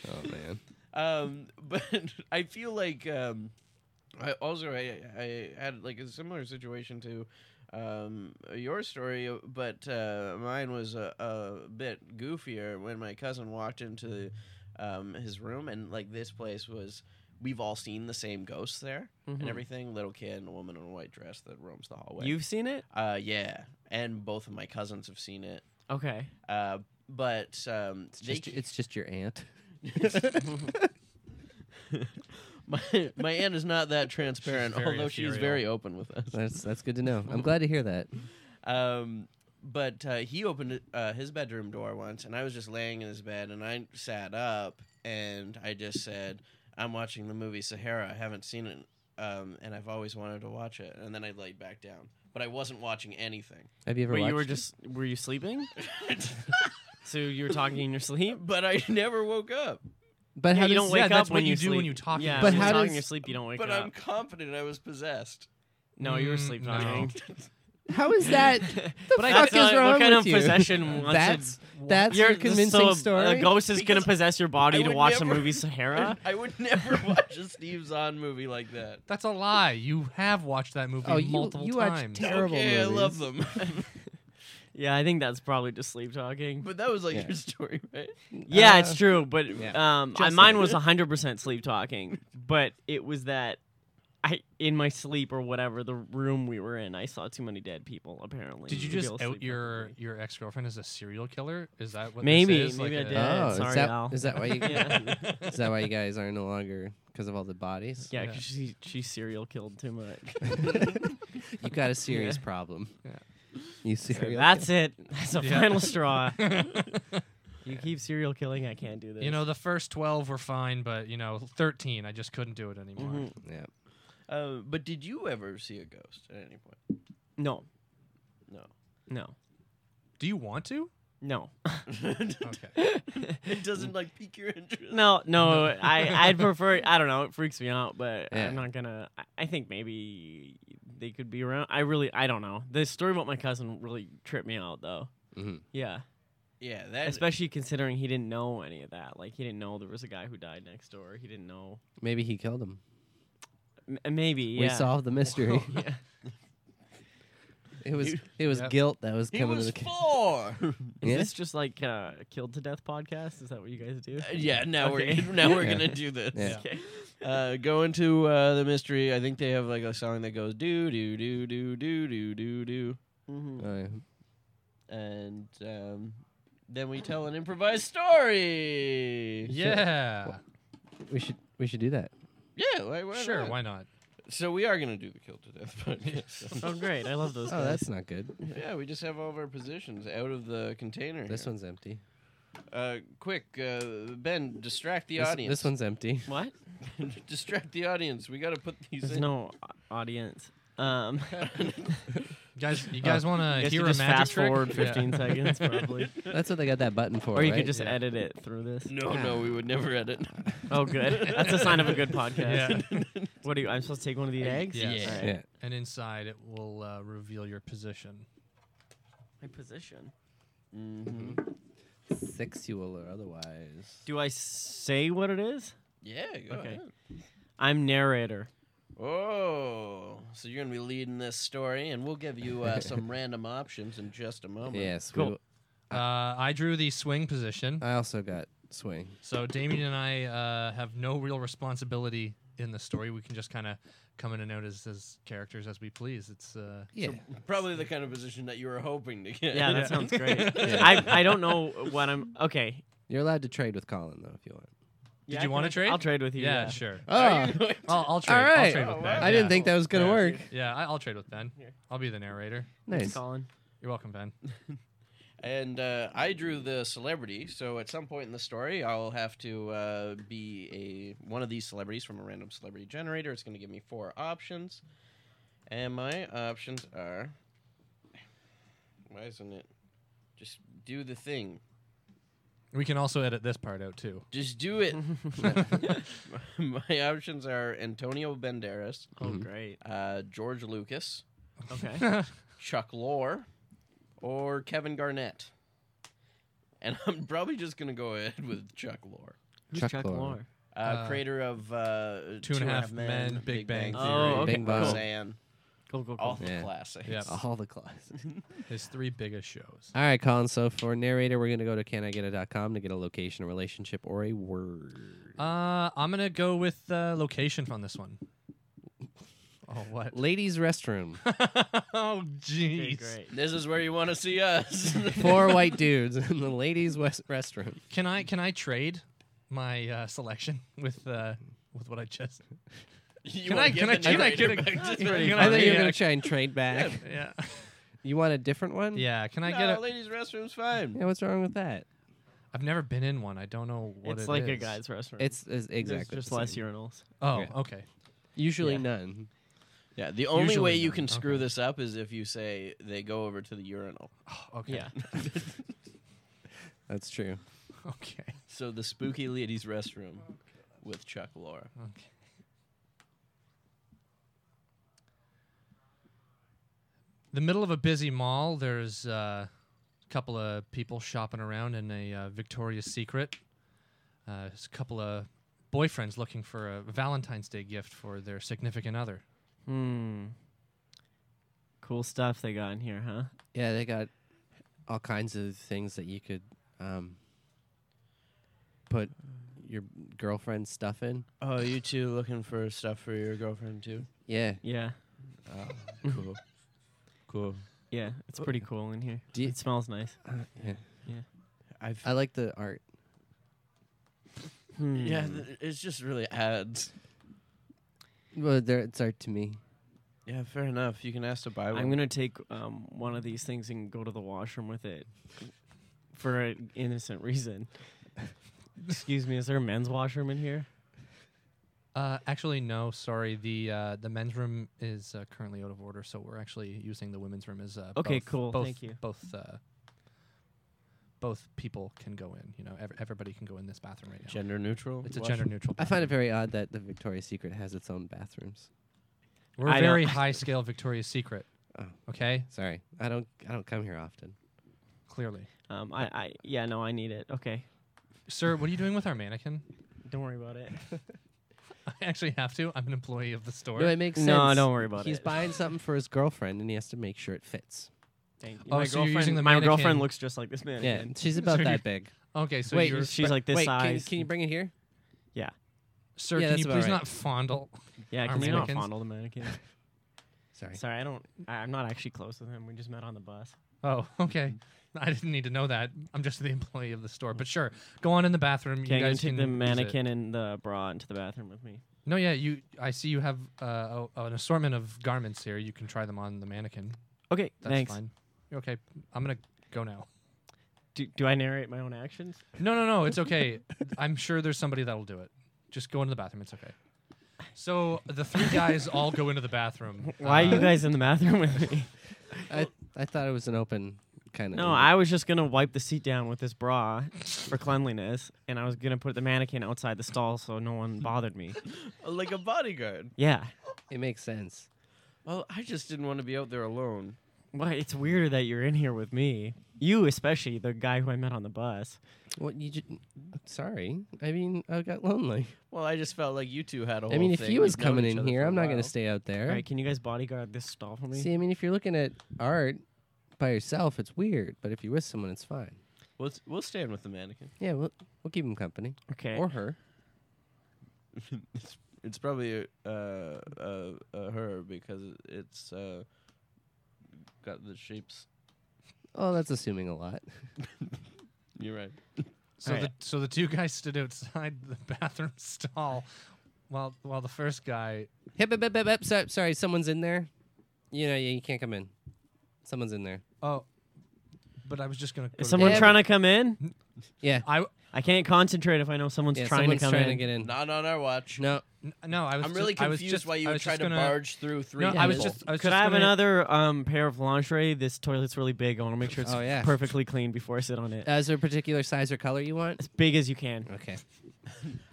Speaker 1: Oh
Speaker 2: [LAUGHS]
Speaker 1: man.
Speaker 3: um, [LAUGHS] but I feel like um, I also I, I had like a similar situation to um, your story, but uh, mine was a, a bit goofier when my cousin walked into um, his room and like this place was. We've all seen the same ghosts there
Speaker 4: Mhm.
Speaker 1: Mm-hmm.
Speaker 3: and everything. Little kid and a woman in a white dress that roams the hallway.
Speaker 4: [LAUGHS] You've seen it?
Speaker 3: uh, yeah, and both of my cousins have seen it.
Speaker 4: Okay.
Speaker 3: Uh, but um,
Speaker 1: It's just,
Speaker 3: they-
Speaker 1: it's just your
Speaker 2: [LAUGHS]
Speaker 1: aunt.
Speaker 3: my [LAUGHS] my aunt is not that transparent,
Speaker 2: very
Speaker 3: although she's very open with us.
Speaker 1: That's that's good to know. I'm glad to hear that.
Speaker 3: [LAUGHS] Um, but uh, he opened uh, his bedroom door once, and I was just laying in his bed, and I sat up, and I just said, "I'm watching the movie Sahara. I haven't seen it, um, and I've always wanted to watch it." And then I laid back down, but I wasn't watching anything. [LAUGHS]
Speaker 1: Have you ever
Speaker 4: But
Speaker 1: watched?
Speaker 4: you were
Speaker 1: it?
Speaker 4: just were you sleeping? [LAUGHS] so you were talking in your sleep?
Speaker 3: But I [LAUGHS] never woke up.
Speaker 1: But
Speaker 4: yeah,
Speaker 1: how
Speaker 4: you
Speaker 1: does-
Speaker 4: don't
Speaker 2: yeah,
Speaker 4: wake up
Speaker 2: that's
Speaker 4: when
Speaker 2: what
Speaker 4: you
Speaker 2: you do when
Speaker 4: sleep.
Speaker 2: you talk in
Speaker 4: Yeah,
Speaker 2: your
Speaker 4: but
Speaker 1: sleep.
Speaker 4: how
Speaker 1: But how
Speaker 4: talking in
Speaker 1: does-
Speaker 4: your sleep you don't wake
Speaker 3: But
Speaker 4: up.
Speaker 3: I'm confident I was possessed.
Speaker 4: no, you were
Speaker 2: Mm,
Speaker 4: sleep
Speaker 2: no.
Speaker 4: talking.
Speaker 1: How is
Speaker 4: [LAUGHS]
Speaker 1: that? The
Speaker 4: but I
Speaker 1: fuck
Speaker 4: guess,
Speaker 1: is
Speaker 4: uh,
Speaker 1: wrong
Speaker 4: what kind
Speaker 1: with
Speaker 4: of
Speaker 1: you?
Speaker 4: possession wants to-
Speaker 1: That's that's
Speaker 4: You're
Speaker 1: your convincing
Speaker 4: so a-
Speaker 1: story.
Speaker 4: A ghost is gonna
Speaker 3: Because
Speaker 4: possess your body
Speaker 3: I
Speaker 4: to
Speaker 3: would
Speaker 4: watch the
Speaker 3: never- [LAUGHS]
Speaker 4: movie Sahara.
Speaker 3: I would never watch a Steve Zahn movie like that.
Speaker 2: that's a lie. You have watched that movie
Speaker 1: Oh, you-
Speaker 2: multiple
Speaker 1: you watch
Speaker 2: times.
Speaker 1: ter- Terrible
Speaker 3: okay, I love them. [LAUGHS]
Speaker 4: yeah, I think that's probably just sleep talking.
Speaker 3: but that was like
Speaker 1: Yeah.
Speaker 3: your [LAUGHS] story, right?
Speaker 4: yeah,
Speaker 1: Uh,
Speaker 4: it's true. But
Speaker 1: yeah.
Speaker 4: um, I,
Speaker 3: Just
Speaker 4: mine
Speaker 3: like-
Speaker 4: was 100 percent sleep talking. But it was that I in my sleep or whatever the room we were in, I saw too many dead people. Apparently,
Speaker 2: Did you
Speaker 4: to be
Speaker 2: just
Speaker 4: able to
Speaker 2: out
Speaker 4: sleep
Speaker 2: your
Speaker 4: properly.
Speaker 2: your ex girlfriend as a serial killer? Is that what
Speaker 4: Maybe,
Speaker 2: This is?
Speaker 4: maybe
Speaker 2: like a-
Speaker 4: I
Speaker 2: [LAUGHS]
Speaker 4: did.
Speaker 1: Oh, is
Speaker 4: sorry,
Speaker 1: that
Speaker 4: Al.
Speaker 1: is that why you
Speaker 4: [LAUGHS] Yeah.
Speaker 1: is that why you guys are no longer because of all the bodies? [LAUGHS]
Speaker 4: Yeah,
Speaker 2: Yeah.
Speaker 4: 'cause she she serial killed too much.
Speaker 1: You've got a serious problem.
Speaker 2: Yeah.
Speaker 1: You serious?
Speaker 4: That's it.
Speaker 2: [LAUGHS]
Speaker 4: That's a
Speaker 2: Yeah. [LAUGHS]
Speaker 4: final straw. you keep serial killing. I can't do this.
Speaker 2: You know, the first twelve were fine, but you know, thirteen, I just couldn't do it anymore.
Speaker 4: Mhm.
Speaker 1: yeah.
Speaker 3: Uh, but did you ever see a ghost at any point?
Speaker 4: no,
Speaker 3: No.
Speaker 4: no.
Speaker 2: Do you want to?
Speaker 4: No. [LAUGHS]
Speaker 3: [LAUGHS]
Speaker 2: [LAUGHS] Okay.
Speaker 3: it doesn't like pique your interest.
Speaker 4: No, no, I, I'd prefer. I don't know. It freaks me out, but
Speaker 1: Yeah.
Speaker 4: I'm not gonna. I, I think maybe they could be around. I really, I don't know. The story about my cousin really tripped me out, though.
Speaker 2: Mm-hmm.
Speaker 1: Mhm.
Speaker 4: Yeah,
Speaker 3: Yeah, that.
Speaker 4: especially considering he didn't know any of that. Like he didn't know there was a guy who died next door. He didn't know.
Speaker 1: Maybe he killed him.
Speaker 4: M- maybe
Speaker 1: We
Speaker 4: yeah. [LAUGHS]
Speaker 1: solved the mystery.
Speaker 4: yeah.
Speaker 1: it was
Speaker 3: You-
Speaker 1: it was
Speaker 2: Yep.
Speaker 1: guilt that was
Speaker 3: he
Speaker 1: coming to
Speaker 3: was
Speaker 1: the ca- [LAUGHS]
Speaker 3: four.
Speaker 4: Is
Speaker 1: Yeah?
Speaker 4: this just like uh, killed to death podcast? Is that what you guys do?
Speaker 3: Uh, yeah, now
Speaker 4: Okay.
Speaker 3: we're [LAUGHS] now we're
Speaker 1: Yeah.
Speaker 3: gonna do this.
Speaker 1: Yeah.
Speaker 4: [LAUGHS] Okay.
Speaker 3: Uh, go into uh, the mystery. I think they have like a song that goes do do do do do do do do,
Speaker 4: Mhm.
Speaker 1: Oh, yeah.
Speaker 3: and um, then we tell an improvised story.
Speaker 2: yeah.
Speaker 1: We should we should do that.
Speaker 3: Yeah, why, why
Speaker 2: Sure.
Speaker 3: not?
Speaker 2: Why not?
Speaker 3: So we are gonna do the kill to death, [LAUGHS] but yeah, so-
Speaker 1: [LAUGHS]
Speaker 4: Oh, great! I love those.
Speaker 1: Oh,
Speaker 4: guys.
Speaker 1: that's not good.
Speaker 3: yeah, we just have all of our positions out of the container.
Speaker 1: This
Speaker 3: here.
Speaker 1: one's empty.
Speaker 3: uh, quick, uh, Ben, distract the
Speaker 1: This-
Speaker 3: audience.
Speaker 1: This one's empty.
Speaker 4: what?
Speaker 3: [LAUGHS] distract the audience. We got to put these
Speaker 4: There's
Speaker 3: in. [LAUGHS]
Speaker 4: no au- audience. Um.
Speaker 2: Guys, Uh, you guys want
Speaker 4: I
Speaker 2: to
Speaker 4: guess
Speaker 2: hear
Speaker 4: Uh, you
Speaker 2: a
Speaker 4: just
Speaker 2: magic
Speaker 4: fast
Speaker 2: trick?
Speaker 4: forward
Speaker 2: Yeah.
Speaker 4: 15 seconds, probably.
Speaker 1: That's what they got that button for.
Speaker 4: or you
Speaker 1: right?
Speaker 4: could just
Speaker 2: Yeah. Mm.
Speaker 4: edit it through this.
Speaker 3: No, no, we would never edit.
Speaker 4: Oh, good. That's a sign of a good podcast.
Speaker 2: [LAUGHS] Yeah.
Speaker 4: [LAUGHS] What do you? I'm supposed to take one of the eggs?
Speaker 2: Yes.
Speaker 4: All right.
Speaker 1: yeah.
Speaker 2: and inside it will uh, reveal your position.
Speaker 4: My position.
Speaker 3: hmm
Speaker 1: sexual or otherwise.
Speaker 4: Do I say what it is?
Speaker 3: Yeah, go
Speaker 4: Okay.
Speaker 3: ahead.
Speaker 4: I'm narrator.
Speaker 3: Oh, so you're gonna be leading this story, and we'll give you
Speaker 4: [LAUGHS]
Speaker 3: uh, some random options in just a moment.
Speaker 1: yes.
Speaker 4: Cool.
Speaker 1: We,
Speaker 2: Uh, I drew the swing position.
Speaker 1: I also got swing.
Speaker 2: So Damien and I uh, have no real responsibility in the story. We can just kind of come in and out as, as characters as we please. It's uh,
Speaker 1: Yeah.
Speaker 3: Probably the kind of position that you were hoping to get.
Speaker 2: [LAUGHS]
Speaker 4: Yeah,
Speaker 2: Yeah.
Speaker 4: that sounds
Speaker 3: [LAUGHS]
Speaker 4: great.
Speaker 1: Yeah.
Speaker 4: I, I don't know what I'm. Okay.
Speaker 1: You're allowed to trade with Colin though if you want.
Speaker 4: Yeah,
Speaker 2: you
Speaker 4: I can-
Speaker 2: wanna trade?
Speaker 4: I'll trade with you.
Speaker 2: yeah,
Speaker 4: yeah.
Speaker 2: sure.
Speaker 3: Are
Speaker 4: Ah.
Speaker 3: you
Speaker 1: Oh,
Speaker 3: going to-
Speaker 2: I'll, I'll trade.
Speaker 1: right.
Speaker 2: I'll trade with
Speaker 3: Oh, wow.
Speaker 4: [LAUGHS]
Speaker 2: Ben.
Speaker 1: Ah, I didn't
Speaker 2: yeah.
Speaker 1: think that was gonna
Speaker 2: Yeah.
Speaker 1: work.
Speaker 2: Yeah, I, I'll trade with Ben. I'll be the narrator.
Speaker 4: Thanks,
Speaker 1: Nice.
Speaker 4: Colin.
Speaker 2: You're welcome, Ben.
Speaker 3: And uh, I drew the celebrity, so at some point in the story, I'll have to uh, be a one of these celebrities from a random celebrity generator. It's going to give me four options, and my options are. Why isn't it? Just do the thing.
Speaker 2: We can also edit this part out too.
Speaker 3: Just do it. [LAUGHS] my options are Antonio Banderas,
Speaker 4: Oh,
Speaker 2: Mm-hmm.
Speaker 1: Mhm.
Speaker 4: great.
Speaker 3: uh, George Lucas,
Speaker 4: Okay.
Speaker 3: Chuck Lorre, or Kevin Garnett. And [LAUGHS] I'm probably just going to go ahead with Chuck Lorre.
Speaker 4: Who's
Speaker 1: Chuck
Speaker 4: Chuck,
Speaker 1: Lorre.
Speaker 4: Lorre?
Speaker 3: Uh,
Speaker 2: Uh,
Speaker 3: creator of uh,
Speaker 2: Two and a Half Men, Big Bang
Speaker 4: Theory. Oh, okay,
Speaker 1: Big Bang.
Speaker 3: Roseanne,
Speaker 4: Cool, cool, cool.
Speaker 3: all the
Speaker 1: Yeah.
Speaker 3: classics.
Speaker 2: Yeah.
Speaker 1: All the classes.
Speaker 2: His three biggest shows.
Speaker 1: All right, Colin. So for narrator, we're gonna go to canigetit.com to get a location, a relationship, or a word.
Speaker 2: Uh, I'm gonna go with uh, location on this one. Oh what? [LAUGHS]
Speaker 1: Ladies' restroom.
Speaker 2: oh
Speaker 4: Okay,
Speaker 2: jeez.
Speaker 4: great.
Speaker 3: This is where you want to
Speaker 2: [LAUGHS]
Speaker 3: see us. [LAUGHS]
Speaker 1: Four
Speaker 4: [LAUGHS]
Speaker 1: white dudes in the ladies' west restroom.
Speaker 2: Can I can I trade my uh, selection [LAUGHS] with uh, with what I just?
Speaker 3: You
Speaker 2: Can
Speaker 3: wanna
Speaker 2: I-
Speaker 3: give
Speaker 2: can
Speaker 3: the
Speaker 2: I- can I get
Speaker 3: narrator
Speaker 2: a-
Speaker 3: back to-
Speaker 2: That's pretty
Speaker 4: [LAUGHS]
Speaker 1: I think you're
Speaker 2: Yeah.
Speaker 1: gonna try and trade back.
Speaker 2: Yeah.
Speaker 1: You want a different one?
Speaker 2: [LAUGHS] Yeah. Can I
Speaker 3: No,
Speaker 2: get a?
Speaker 3: ladies' restroom's fine.
Speaker 1: Yeah. What's wrong with that?
Speaker 2: I've never been in one. I don't know what
Speaker 4: it's
Speaker 2: it
Speaker 4: like a
Speaker 2: is.
Speaker 4: guy's restaurant.
Speaker 1: It's, it's
Speaker 4: There's
Speaker 1: exactly
Speaker 4: just
Speaker 1: the
Speaker 4: less
Speaker 1: same.
Speaker 2: [LAUGHS]
Speaker 4: urinals.
Speaker 2: Oh,
Speaker 1: Yeah.
Speaker 2: okay.
Speaker 1: Usually
Speaker 4: Yeah.
Speaker 1: none.
Speaker 3: Yeah, the only
Speaker 2: Usually
Speaker 3: way you
Speaker 2: not.
Speaker 3: can
Speaker 2: Okay.
Speaker 3: screw this up is if you say they go over to the urinal. [LAUGHS]
Speaker 2: Oh, okay.
Speaker 4: Yeah.
Speaker 1: That's true.
Speaker 2: [LAUGHS] Okay.
Speaker 3: So the spooky ladies' restroom with Chuck Laura.
Speaker 2: Okay. The middle of a busy mall, there's uh, a couple of people shopping around in a uh, Victoria's Secret. Uh, there's a couple of boyfriends looking for a Valentine's Day gift for their significant other.
Speaker 4: Hmm. Cool stuff they got in here, huh?
Speaker 1: Yeah, they got all kinds of things that you could um, put your girlfriend's stuff in.
Speaker 3: Oh, you two looking for stuff for your girlfriend too?
Speaker 1: Yeah.
Speaker 4: Yeah.
Speaker 3: Oh, [LAUGHS] cool. cool.
Speaker 4: Yeah. It's pretty
Speaker 2: Oh.
Speaker 4: cool in here.
Speaker 1: Do you-
Speaker 4: it smells nice.
Speaker 1: Uh, yeah.
Speaker 3: I've
Speaker 1: I like the art.
Speaker 4: Hmm.
Speaker 3: yeah, th- it's just really ads.
Speaker 1: Well, there, it's art to me.
Speaker 3: Yeah, fair enough. You can ask to buy one.
Speaker 4: I'm gonna take um, one of these things and go to the washroom with it for an innocent reason. Excuse me, is there a men's washroom in here?
Speaker 2: Uh, actually, no, sorry. The uh, the men's room is uh, currently out of order, so we're actually using the women's room as uh,
Speaker 4: Okay,
Speaker 2: both-
Speaker 4: cool,
Speaker 2: Both,
Speaker 4: thank you.
Speaker 2: Both uh, both people can go in. You know, ev- everybody can go in this bathroom right now.
Speaker 3: Gender neutral.
Speaker 2: it's a gender neutral.
Speaker 1: I find it very odd that the Victoria's Secret has its own bathrooms.
Speaker 2: We're
Speaker 4: I don't-
Speaker 2: very high scale Victoria's Secret.
Speaker 1: Oh.
Speaker 2: Okay,
Speaker 1: Sorry, I don't I don't come here often.
Speaker 2: clearly,
Speaker 4: Um, I, I, yeah, no, I need it. Okay,
Speaker 2: sir. What are you doing with our mannequin? [LAUGHS]
Speaker 4: don't worry about it.
Speaker 2: I actually have to. I'm an employee of the store.
Speaker 1: No, it makes sense.
Speaker 4: No, don't worry about
Speaker 1: He's
Speaker 4: it.
Speaker 1: buying something for his girlfriend, and he has to make sure it fits.
Speaker 4: Thank you.
Speaker 2: Oh,
Speaker 4: my
Speaker 2: so you're
Speaker 4: girlfriend,
Speaker 2: using the
Speaker 4: my
Speaker 2: mannequin.
Speaker 4: girlfriend looks just like this
Speaker 1: [LAUGHS]
Speaker 4: man.
Speaker 1: Yeah, she's about
Speaker 2: So you-
Speaker 1: that big.
Speaker 2: okay, so
Speaker 1: Wait,
Speaker 2: you're,
Speaker 4: she's like this
Speaker 1: Wait, can,
Speaker 4: size.
Speaker 1: can you bring it here?
Speaker 2: sir,
Speaker 1: yeah,
Speaker 2: can
Speaker 1: that's
Speaker 2: you
Speaker 1: about
Speaker 2: please
Speaker 1: right.
Speaker 2: not fondle?
Speaker 4: yeah,
Speaker 2: our
Speaker 4: can you not
Speaker 2: mannequins?
Speaker 4: fondle the mannequin?
Speaker 1: Sorry.
Speaker 4: Sorry, I don't. I, I'm not actually close with him. We just met on the bus.
Speaker 2: Oh, [LAUGHS] okay.
Speaker 4: Mm-hmm.
Speaker 2: I didn't need to know that. I'm just the employee of the store. But sure, go on in the bathroom.
Speaker 4: Can
Speaker 2: you
Speaker 4: you,
Speaker 2: guys
Speaker 4: take
Speaker 2: can
Speaker 4: the
Speaker 2: use it.
Speaker 4: mannequin and the bra into the bathroom with me?
Speaker 2: No, yeah, you. I see you have uh, a, an assortment of garments here. You can try them on the mannequin.
Speaker 4: Okay,
Speaker 2: That's
Speaker 4: thanks.
Speaker 2: fine. You're okay. I'm gonna go now.
Speaker 4: Do, do I narrate my own actions?
Speaker 2: No, no, no. It's okay.
Speaker 4: [LAUGHS]
Speaker 2: I'm sure there's somebody that'll do it. Just go into the bathroom. It's okay. So the three guys all go into the bathroom.
Speaker 4: [LAUGHS] Why are
Speaker 2: Uh,
Speaker 4: you guys in the bathroom
Speaker 2: [LAUGHS]
Speaker 4: with me?
Speaker 1: I I thought it was an open kind of.
Speaker 4: No, I was just gonna wipe the seat down with this bra for cleanliness, and I was gonna put the mannequin outside the stall so no one bothered me.
Speaker 3: Oh, like a bodyguard.
Speaker 4: Yeah,
Speaker 1: It makes sense.
Speaker 3: Well, I just didn't want to be out there alone.
Speaker 4: well, it's weird that you're in here with me. You especially, the guy who I met on the bus.
Speaker 1: What you? Ju- sorry. I mean, I got lonely.
Speaker 3: Well, I just felt like you two had a whole
Speaker 1: I mean, if
Speaker 3: thing.
Speaker 1: he was
Speaker 3: You've known
Speaker 1: coming
Speaker 3: each
Speaker 1: in
Speaker 3: other
Speaker 1: here,
Speaker 3: for a
Speaker 1: I'm not
Speaker 3: while.
Speaker 1: gonna stay out there.
Speaker 4: All right, can you guys bodyguard this stall for me?
Speaker 1: See, I mean, if you're looking at art by yourself, it's weird. But if you're with someone, it's fine.
Speaker 3: We'll, s- we'll stand with the mannequin.
Speaker 1: Yeah, we'll we'll keep him company
Speaker 4: okay.
Speaker 1: or her.
Speaker 3: it's, it's probably uh, uh, uh, her because it's uh, got the shapes.
Speaker 1: Oh, that's assuming a lot.
Speaker 3: You're right.
Speaker 2: So
Speaker 4: Alright.
Speaker 2: the so the two guys stood outside the [LAUGHS] bathroom stall, while while the first guy.
Speaker 1: Hip, hip, hip, hip, hip. So, sorry, someone's in there. You know, yeah, you can't come in. Someone's in there.
Speaker 2: Oh, but I was just gonna. Go
Speaker 4: Is someone
Speaker 1: Yeah,
Speaker 4: trying to come in?
Speaker 1: Yeah,
Speaker 2: I
Speaker 4: I can't concentrate if I know someone's
Speaker 1: yeah.
Speaker 4: trying
Speaker 1: someone's
Speaker 4: to come
Speaker 1: trying
Speaker 4: in.
Speaker 1: to get in.
Speaker 3: Not on our watch.
Speaker 1: No,
Speaker 2: n- no. I was.
Speaker 3: I'm
Speaker 2: ju-
Speaker 3: really
Speaker 2: I was
Speaker 3: confused
Speaker 2: just,
Speaker 3: why you
Speaker 2: I
Speaker 3: would
Speaker 2: was
Speaker 3: try
Speaker 2: just
Speaker 3: to
Speaker 2: gonna-
Speaker 3: barge through three.
Speaker 2: No, I was
Speaker 1: people.
Speaker 2: just. I was
Speaker 4: Could
Speaker 2: just
Speaker 4: I have
Speaker 2: gonna-
Speaker 4: another um, pair of lingerie? This toilet's really big. I want to make sure it's
Speaker 1: Oh, yeah.
Speaker 4: perfectly clean before I sit on it.
Speaker 1: Uh, Is there a particular size or color you want?
Speaker 4: as big as you can.
Speaker 1: Okay.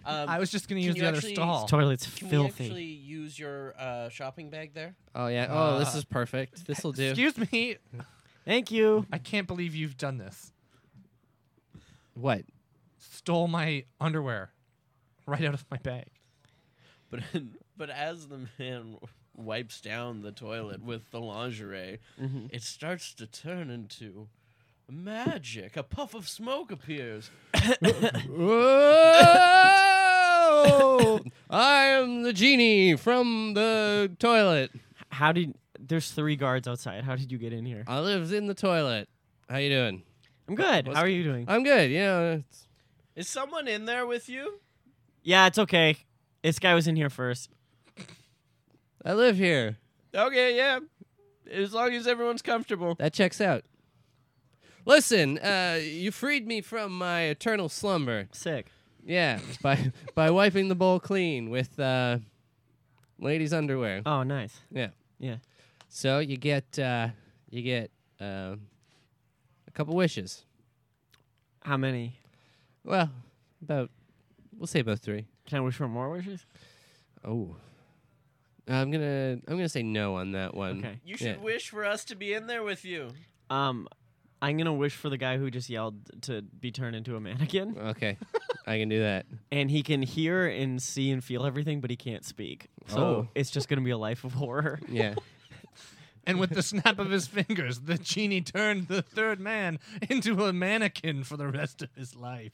Speaker 3: Um,
Speaker 2: I was just gonna
Speaker 3: Can
Speaker 2: use
Speaker 3: you
Speaker 2: the other
Speaker 3: actually-
Speaker 2: stall.
Speaker 4: This toilet's
Speaker 3: Can
Speaker 4: filthy.
Speaker 3: we actually use your uh, shopping bag there?
Speaker 1: Oh yeah. Oh, this
Speaker 2: Uh,
Speaker 1: is perfect. This will do.
Speaker 2: Excuse me.
Speaker 4: Thank you.
Speaker 2: I can't believe you've done this.
Speaker 1: What?
Speaker 2: Stole my underwear, right out of my bag.
Speaker 3: But [LAUGHS] but as the man wipes down the toilet with the lingerie, it starts to turn into magic. A puff of smoke appears.
Speaker 1: Whoa! [LAUGHS] I am the genie from the toilet.
Speaker 4: How did? There's three guards outside. How did you get in here?
Speaker 1: I live in the toilet. How you doing?
Speaker 4: I'm good.
Speaker 1: what's
Speaker 4: How are you doing?
Speaker 1: I'm good. You know, it's-
Speaker 3: Is someone in there with you?
Speaker 4: yeah, it's okay. This guy was in here first.
Speaker 1: I live here.
Speaker 3: Okay, yeah. As long as everyone's comfortable.
Speaker 1: That checks out. Listen, uh, you freed me from my eternal slumber.
Speaker 4: Sick.
Speaker 1: Yeah, by by wiping the bowl clean with uh, ladies' underwear.
Speaker 4: Oh, nice.
Speaker 1: Yeah.
Speaker 4: Yeah.
Speaker 1: So you get uh, you get um a couple wishes.
Speaker 4: How many?
Speaker 1: Well, about we'll say about three.
Speaker 4: Can I wish for more wishes?
Speaker 1: Oh, I'm gonna I'm gonna say no on that one.
Speaker 4: Okay.
Speaker 3: You should
Speaker 1: Yeah.
Speaker 3: wish for us to be in there with you.
Speaker 4: Um, I'm gonna wish for the guy who just yelled to be turned into a [LAUGHS] mannequin,
Speaker 1: Okay, I can do that.
Speaker 4: and he can hear and see and feel everything, but he can't speak. So
Speaker 1: Oh.
Speaker 4: it's just gonna be a life of horror. [LAUGHS]
Speaker 1: Yeah.
Speaker 2: And with the snap of his fingers, the genie turned the third man into a mannequin for the rest of his life.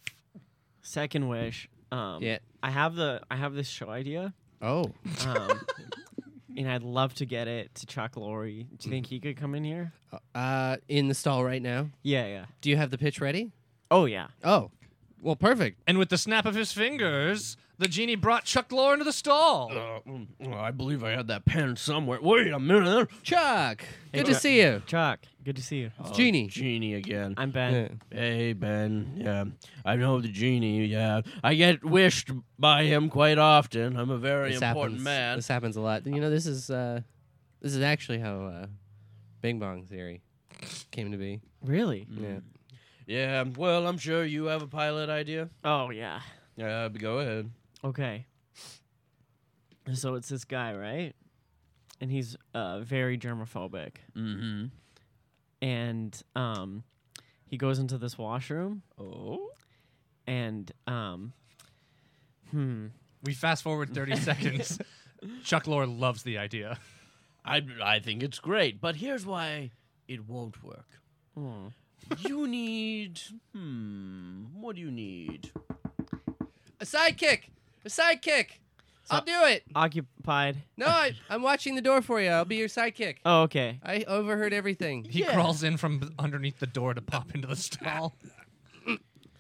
Speaker 4: Second wish. Um,
Speaker 1: Yeah.
Speaker 4: I have the I have this show idea.
Speaker 1: Oh.
Speaker 4: Um,
Speaker 1: [LAUGHS]
Speaker 4: and I'd love to get it to Chuck Lorre. Do you think
Speaker 1: Mm-hmm.
Speaker 4: he could come in here?
Speaker 1: Uh, in the stall right now.
Speaker 4: Yeah, yeah.
Speaker 1: Do you have the pitch ready?
Speaker 4: Oh yeah.
Speaker 1: Oh. Well, perfect.
Speaker 2: And with the snap of his fingers, the genie brought Chuck Lorre into the stall.
Speaker 3: Uh, mm, I believe I had that pen somewhere. Wait a minute.
Speaker 1: Chuck,
Speaker 4: Hey,
Speaker 1: good to
Speaker 4: Chuck.
Speaker 1: see you.
Speaker 4: Chuck, good to see you.
Speaker 1: Genie.
Speaker 3: Oh, Genie again.
Speaker 4: I'm Ben.
Speaker 1: Yeah.
Speaker 3: Hey Ben, yeah, I know the genie. Yeah, I get wished by him quite often. I'm a very
Speaker 1: this
Speaker 3: important
Speaker 1: happens.
Speaker 3: man.
Speaker 1: This happens a lot. You know, this is uh, this is actually how uh, Bing Bong theory came to be.
Speaker 4: Really?
Speaker 1: Yeah.
Speaker 3: Yeah, well, I'm sure you have a pilot idea.
Speaker 4: Oh yeah.
Speaker 3: Uh, but go ahead.
Speaker 4: Okay. So it's this guy, right? And he's uh, very germophobic,
Speaker 3: Mm-hmm.
Speaker 4: and um, he goes into this washroom,
Speaker 3: Oh.
Speaker 4: and um, hmm,
Speaker 2: We fast forward 30
Speaker 3: [LAUGHS]
Speaker 2: seconds. Chuck Lorre loves the idea.
Speaker 3: I, I think it's great, but here's why it won't work.
Speaker 4: hmm.
Speaker 3: you need. Hmm. What do you need?
Speaker 1: A sidekick. A sidekick.
Speaker 4: So-
Speaker 1: I'll do it.
Speaker 4: occupied.
Speaker 1: No, I, I'm watching the door for you. I'll be your sidekick.
Speaker 4: Oh, okay.
Speaker 1: I overheard everything.
Speaker 2: He
Speaker 3: Yeah.
Speaker 2: crawls in from b- underneath the door to pop into the stall.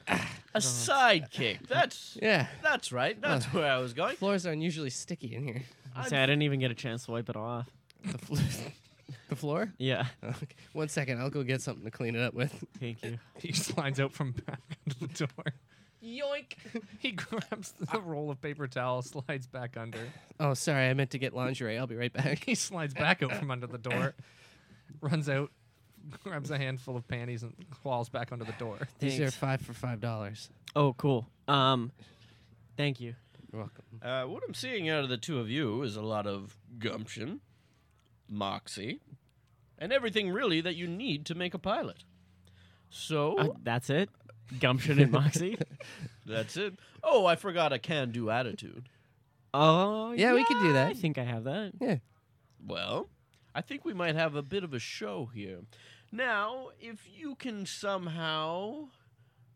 Speaker 3: A sidekick. That's.
Speaker 1: Yeah. Uh.
Speaker 3: That's right. That's where I was going.
Speaker 1: Floors are unusually sticky in here.
Speaker 4: I say I didn't even get a chance to wipe it off.
Speaker 1: The, flo- [LAUGHS] the floor?
Speaker 4: Yeah.
Speaker 1: Okay. One second. I'll go get something to clean it up with.
Speaker 4: [LAUGHS] Thank you.
Speaker 2: He slides out from back [LAUGHS] under the door. Yoink! He grabs the roll of paper towel, slides back under.
Speaker 1: Oh, sorry. I meant to get lingerie. I'll be right back.
Speaker 2: [LAUGHS] He slides back out from under the door, [LAUGHS] runs out, grabs a handful of panties, and crawls back under the door.
Speaker 1: These are
Speaker 4: [LAUGHS] Thanks.
Speaker 1: five for five dollars.
Speaker 4: Oh, cool. Um, thank you.
Speaker 1: You're welcome.
Speaker 3: Uh, what I'm seeing out of the two of you is a lot of gumption, moxie, and everything really that you need to make a pilot. So
Speaker 4: Uh, that's it. Gumption and [LAUGHS] Moxie.
Speaker 3: that's it. Oh, I forgot a can-do attitude.
Speaker 4: Oh,
Speaker 1: Yeah, we could do that.
Speaker 4: I think I have that.
Speaker 3: Well, I think we might have a bit of a show here. Now, if you can somehow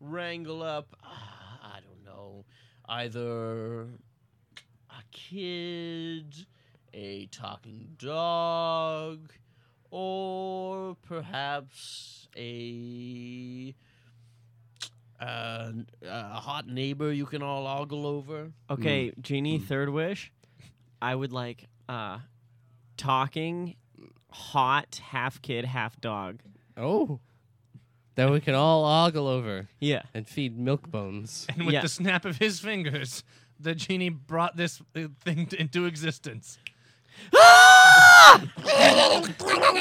Speaker 3: wrangle up, ah, I don't know, either a kid, a talking dog, or perhaps a. Uh, a hot neighbor you can all ogle over.
Speaker 4: Okay, Genie, third wish. I would like uh talking hot half kid, half dog.
Speaker 1: Oh. That we can all ogle over
Speaker 4: Yeah.
Speaker 1: and feed milk [LAUGHS] bones.
Speaker 2: And with
Speaker 4: Yeah.
Speaker 2: the snap of his fingers, the genie brought this uh, thing t- into existence.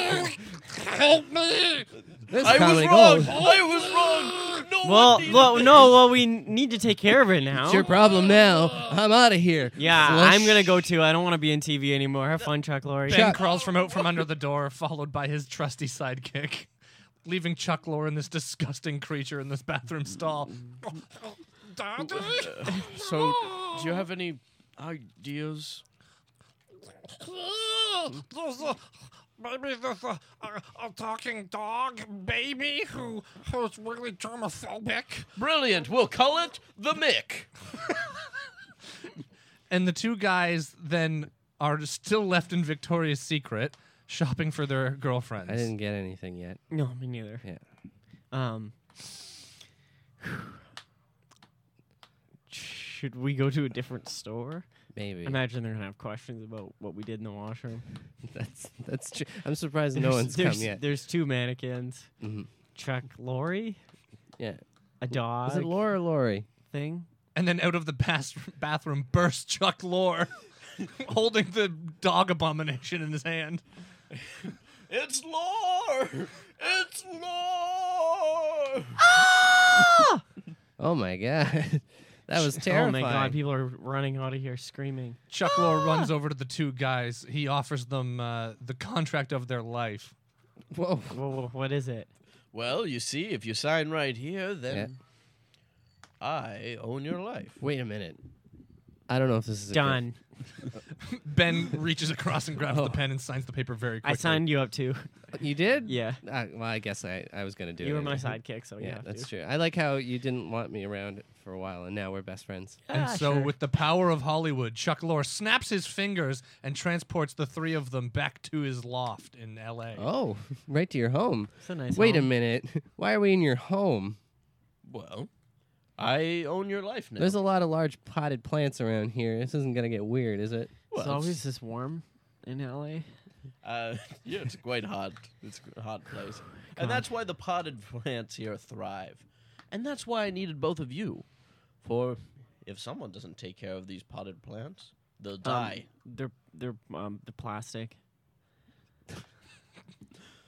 Speaker 1: Help me! This
Speaker 3: I was
Speaker 1: comedy
Speaker 3: wrong.
Speaker 1: gold.
Speaker 3: I was wrong. No one
Speaker 4: Well,
Speaker 3: needed
Speaker 4: well,
Speaker 3: this.
Speaker 4: no, well, we n- need to take care of it now.
Speaker 1: It's your problem now. I'm out of here.
Speaker 4: yeah,
Speaker 1: Flush.
Speaker 4: I'm gonna go too. I don't want to be in TV anymore. Have fun, Chuck Lorre.
Speaker 2: Ben crawls from out from under the door, followed by his trusty sidekick, leaving Chuck Lorre and this disgusting creature in this bathroom stall. [LAUGHS]
Speaker 3: So, do you have any ideas?
Speaker 2: There's a- Maybe there's a, a, a talking dog baby who who's really germophobic.
Speaker 3: Brilliant. We'll call it the Mick.
Speaker 2: And the two guys then are still left in Victoria's Secret shopping for their girlfriends.
Speaker 1: I didn't get anything yet.
Speaker 4: No, me neither.
Speaker 1: Yeah.
Speaker 4: Um. Should we go to a different store?
Speaker 1: Maybe.
Speaker 4: Imagine they're gonna have questions about what we did in the washroom.
Speaker 1: [LAUGHS] That's that's true. I'm
Speaker 4: [LAUGHS]
Speaker 1: surprised no
Speaker 4: There's-
Speaker 1: one's come
Speaker 4: there's,
Speaker 1: yet.
Speaker 4: There's two mannequins.
Speaker 1: Mhm.
Speaker 4: Chuck Lorre,
Speaker 1: Yeah.
Speaker 4: a dog
Speaker 1: Is it Laura or Lori?
Speaker 4: thing.
Speaker 2: And then out of the bas- bathroom bursts Chuck Lorre, [LAUGHS] holding the dog abomination in his hand.
Speaker 3: It's lore. It's lore.
Speaker 1: Oh my god. [LAUGHS] That was
Speaker 4: Oh my
Speaker 1: terrifying.
Speaker 4: god, people are running out of here screaming.
Speaker 2: Chuck
Speaker 4: Ah!
Speaker 2: Lorre runs over to the two guys. He offers them uh, the contract of their life.
Speaker 1: Whoa.
Speaker 4: Whoa, whoa, what is it?
Speaker 3: Well, you see, if you sign right here, then I own your life.
Speaker 1: Wait a minute. I don't know if this is a good-
Speaker 4: Done. [LAUGHS]
Speaker 2: Ben reaches across and grabs
Speaker 1: Oh.
Speaker 2: the pen and signs the paper very quickly.
Speaker 4: I signed you up too. [LAUGHS]
Speaker 1: You did?
Speaker 4: Yeah.
Speaker 1: Uh, well, I guess I, I was gonna do it.
Speaker 4: you were my
Speaker 1: anyway.
Speaker 4: sidekick,
Speaker 1: [LAUGHS]
Speaker 4: so
Speaker 1: Yeah,
Speaker 4: yeah.
Speaker 1: that's true. I like how you didn't want me around for a while, and now we're best friends.
Speaker 4: Ah,
Speaker 2: And so, with the power of Hollywood, Chuck Lorre snaps his fingers and transports the three of them back to his loft in [LAUGHS] L.A.
Speaker 1: Oh, [LAUGHS] right to your home.
Speaker 4: it's a nice
Speaker 1: Wait a
Speaker 4: home.
Speaker 1: minute. [LAUGHS] Why are we in your home?
Speaker 3: Well, I own your life now.
Speaker 1: There's a lot of large potted plants around here. This isn't gonna get weird, is it?
Speaker 3: Well,
Speaker 4: It's always this warm in LA.
Speaker 3: uh, [LAUGHS] yeah, it's quite hot. It's a hot place,
Speaker 4: God.
Speaker 3: and that's why the potted plants here thrive, and that's why I needed both of you, for if someone doesn't take care of these potted plants, they'll
Speaker 4: Um,
Speaker 3: die.
Speaker 4: [LAUGHS] They're they're um the plastic.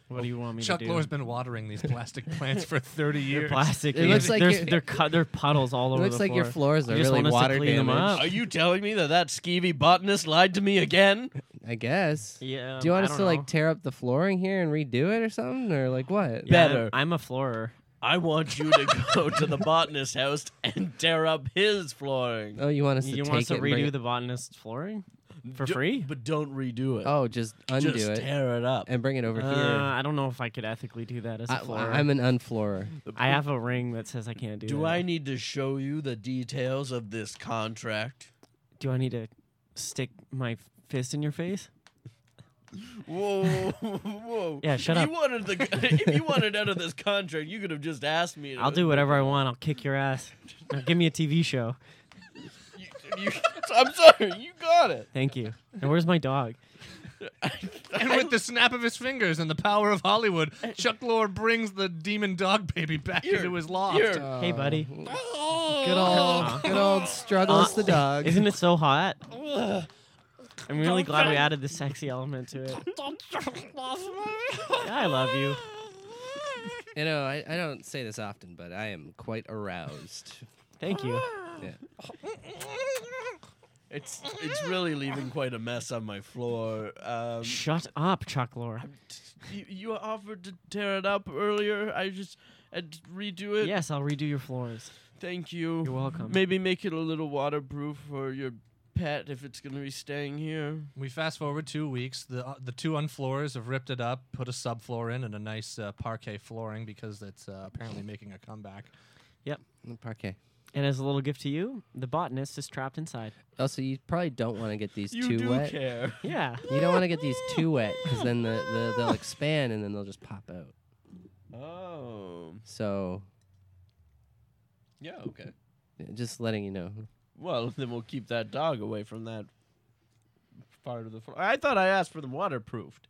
Speaker 4: What do you want me
Speaker 2: Chuck
Speaker 4: to do?
Speaker 2: Lorre's been watering these plastic plants
Speaker 4: [LAUGHS]
Speaker 2: for 30
Speaker 4: They're
Speaker 2: years.
Speaker 4: plastic.
Speaker 1: It looks
Speaker 4: There's-
Speaker 1: like
Speaker 4: there's,
Speaker 1: it-
Speaker 4: they're cut. They're puddles all
Speaker 1: It
Speaker 4: over.
Speaker 1: looks
Speaker 4: the
Speaker 1: like your
Speaker 4: floor.
Speaker 1: floors are
Speaker 4: You just
Speaker 1: really
Speaker 4: want us to
Speaker 1: water
Speaker 4: clean them
Speaker 1: damaged.
Speaker 4: up.
Speaker 3: Are you telling me that that skeevy botanist lied to me again?
Speaker 1: I guess.
Speaker 4: Yeah.
Speaker 1: Do you want
Speaker 4: I
Speaker 1: us
Speaker 4: don't
Speaker 1: to like
Speaker 4: know.
Speaker 1: tear up the flooring here and redo it or something, or like what?
Speaker 4: Yeah, I'm-
Speaker 3: better?
Speaker 4: I'm, a floorer.
Speaker 3: I want you to [LAUGHS] go to the botanist house and tear up his flooring
Speaker 1: Oh, you want us to
Speaker 4: You
Speaker 1: take
Speaker 4: want us to
Speaker 1: it and bring
Speaker 4: redo
Speaker 1: it-
Speaker 4: the botanist flooring for
Speaker 3: Do-
Speaker 4: free?
Speaker 3: but don't redo it.
Speaker 1: Oh, just undo
Speaker 3: Just
Speaker 1: it
Speaker 3: tear it up.
Speaker 1: and bring it over
Speaker 4: Uh,
Speaker 1: here.
Speaker 4: I don't know if I could ethically do that as a
Speaker 1: I,
Speaker 4: floorer.
Speaker 1: I'm an [LAUGHS] unfloorer.
Speaker 4: I have a ring that says I can't do.
Speaker 3: Do
Speaker 4: that.
Speaker 3: I need to show you the details of this contract?
Speaker 4: Do I need to stick my fist in your face?
Speaker 3: Whoa, whoa!
Speaker 4: Yeah, shut
Speaker 3: if
Speaker 4: up.
Speaker 3: You wanted the, [LAUGHS] if you wanted out of this contract, you could have just asked me. to-
Speaker 4: I'll do whatever I want. I'll kick your ass. Now give me a TV show.
Speaker 3: You, [LAUGHS] you- I'm sorry, you got it.
Speaker 4: Thank you. And where's my dog?
Speaker 2: and with the snap of his fingers and the power of Hollywood, Chuck Lorre brings the demon dog baby back
Speaker 3: You're-
Speaker 2: into his loft.
Speaker 3: you're-
Speaker 1: Oh.
Speaker 4: hey, buddy.
Speaker 2: Oh,
Speaker 1: Good old, good old struggles the dog.
Speaker 4: Isn't it so [LAUGHS] hot? I'm really
Speaker 2: Don't
Speaker 4: glad we
Speaker 2: say-
Speaker 4: added the sexy element to it. Yeah, I love you.
Speaker 1: You know, I, I don't say this often, but I am quite [LAUGHS] aroused.
Speaker 2: [LAUGHS]
Speaker 4: Thank you.
Speaker 1: Yeah.
Speaker 3: It's it's really leaving quite a mess on my floor. Um,
Speaker 4: Shut up, Chuck Lorre.
Speaker 3: you, you offered to tear it up earlier. I just I'd redo it.
Speaker 4: Yes, I'll redo your floors.
Speaker 3: Thank you.
Speaker 4: You're welcome.
Speaker 3: Maybe make it a little waterproof for your pet if it's gonna be staying here.
Speaker 2: We fast forward two weeks. The uh, the two unfloors have ripped it up, put a subfloor in, and a nice uh, parquet flooring because it's uh, apparently making a comeback.
Speaker 1: Mm, Parquet.
Speaker 4: And as a little gift to you, the botanist is trapped inside.
Speaker 1: Also, you probably don't want to get these
Speaker 3: You
Speaker 1: too
Speaker 3: do
Speaker 1: wet.
Speaker 3: care.
Speaker 4: Yeah.
Speaker 1: You don't want to get these too wet because then the, the they'll expand and then they'll just pop out.
Speaker 3: Oh.
Speaker 1: So,
Speaker 3: Yeah. Okay.
Speaker 1: just letting you know.
Speaker 3: Well, [LAUGHS] then we'll keep that dog away from that part of the floor. I thought I asked for them waterproofed.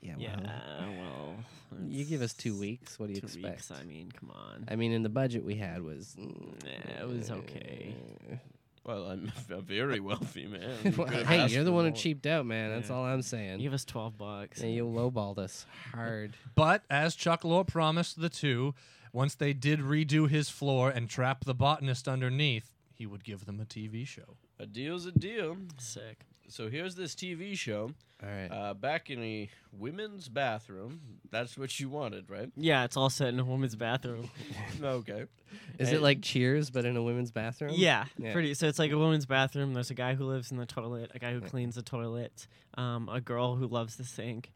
Speaker 1: Yeah.
Speaker 4: Yeah.
Speaker 1: Well,
Speaker 4: Well,
Speaker 1: you give us two weeks. What do you
Speaker 4: Two
Speaker 1: expect?
Speaker 4: weeks. I mean, come on.
Speaker 1: I mean, in the budget we had was.
Speaker 4: [LAUGHS]
Speaker 1: mm,
Speaker 4: Nah, it was okay.
Speaker 3: Well, I'm [LAUGHS] a very wealthy man. [LAUGHS] You
Speaker 1: Well,
Speaker 3: could have
Speaker 1: hey,
Speaker 3: asked
Speaker 1: you're the
Speaker 3: for
Speaker 1: one who
Speaker 3: more.
Speaker 1: cheaped out, man. That's
Speaker 3: Yeah.
Speaker 1: all I'm saying.
Speaker 4: You give us twelve bucks. [LAUGHS]
Speaker 1: Yeah, you lowballed us hard.
Speaker 2: But as Chuck Lorre promised the two, once they did redo his floor and trap the botanist underneath, he would give them a TV show.
Speaker 3: A deal's a deal.
Speaker 4: Sick.
Speaker 3: So here's this TV show.
Speaker 1: [LAUGHS] All right.
Speaker 3: Uh, back in a women's bathroom. That's what you wanted, [LAUGHS] right?
Speaker 4: Yeah, it's all set in a woman's bathroom.
Speaker 3: Okay.
Speaker 1: Is
Speaker 3: I-
Speaker 1: it like Cheers, but in a women's bathroom?
Speaker 4: Yeah,
Speaker 1: Yeah.
Speaker 4: pretty. So it's like a woman's bathroom. There's a guy who lives in the toilet, a guy who cleans the toilet, um, a girl who loves the sink.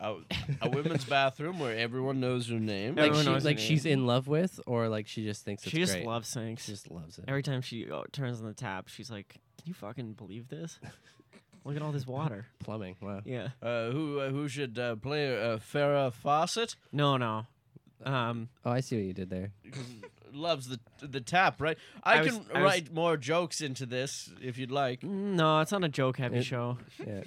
Speaker 3: A, a women's bathroom where everyone knows your name.
Speaker 1: Like,
Speaker 4: Everyone
Speaker 1: she,
Speaker 4: knows her
Speaker 1: like
Speaker 4: name.
Speaker 1: she's in love with, or like she just thinks it's
Speaker 4: she just
Speaker 1: great.
Speaker 4: loves sinks.
Speaker 1: she just loves it.
Speaker 4: Every time she uh, turns on the tap, she's like, "Can you fucking
Speaker 1: [LAUGHS]
Speaker 4: believe this? Look at all this water."
Speaker 1: Plumbing. Wow.
Speaker 4: Yeah.
Speaker 3: Uh, who uh, who should uh, play uh, Farrah Fawcett?
Speaker 4: No, no. Um,
Speaker 1: Oh, I see what you did
Speaker 4: [LAUGHS]
Speaker 1: there.
Speaker 3: Loves the the tap, right? I,
Speaker 4: I was-
Speaker 3: can
Speaker 4: I was-
Speaker 3: write more jokes into this if you'd like.
Speaker 4: no, it's not a joke-heavy
Speaker 1: It-
Speaker 4: show.
Speaker 1: Yeah.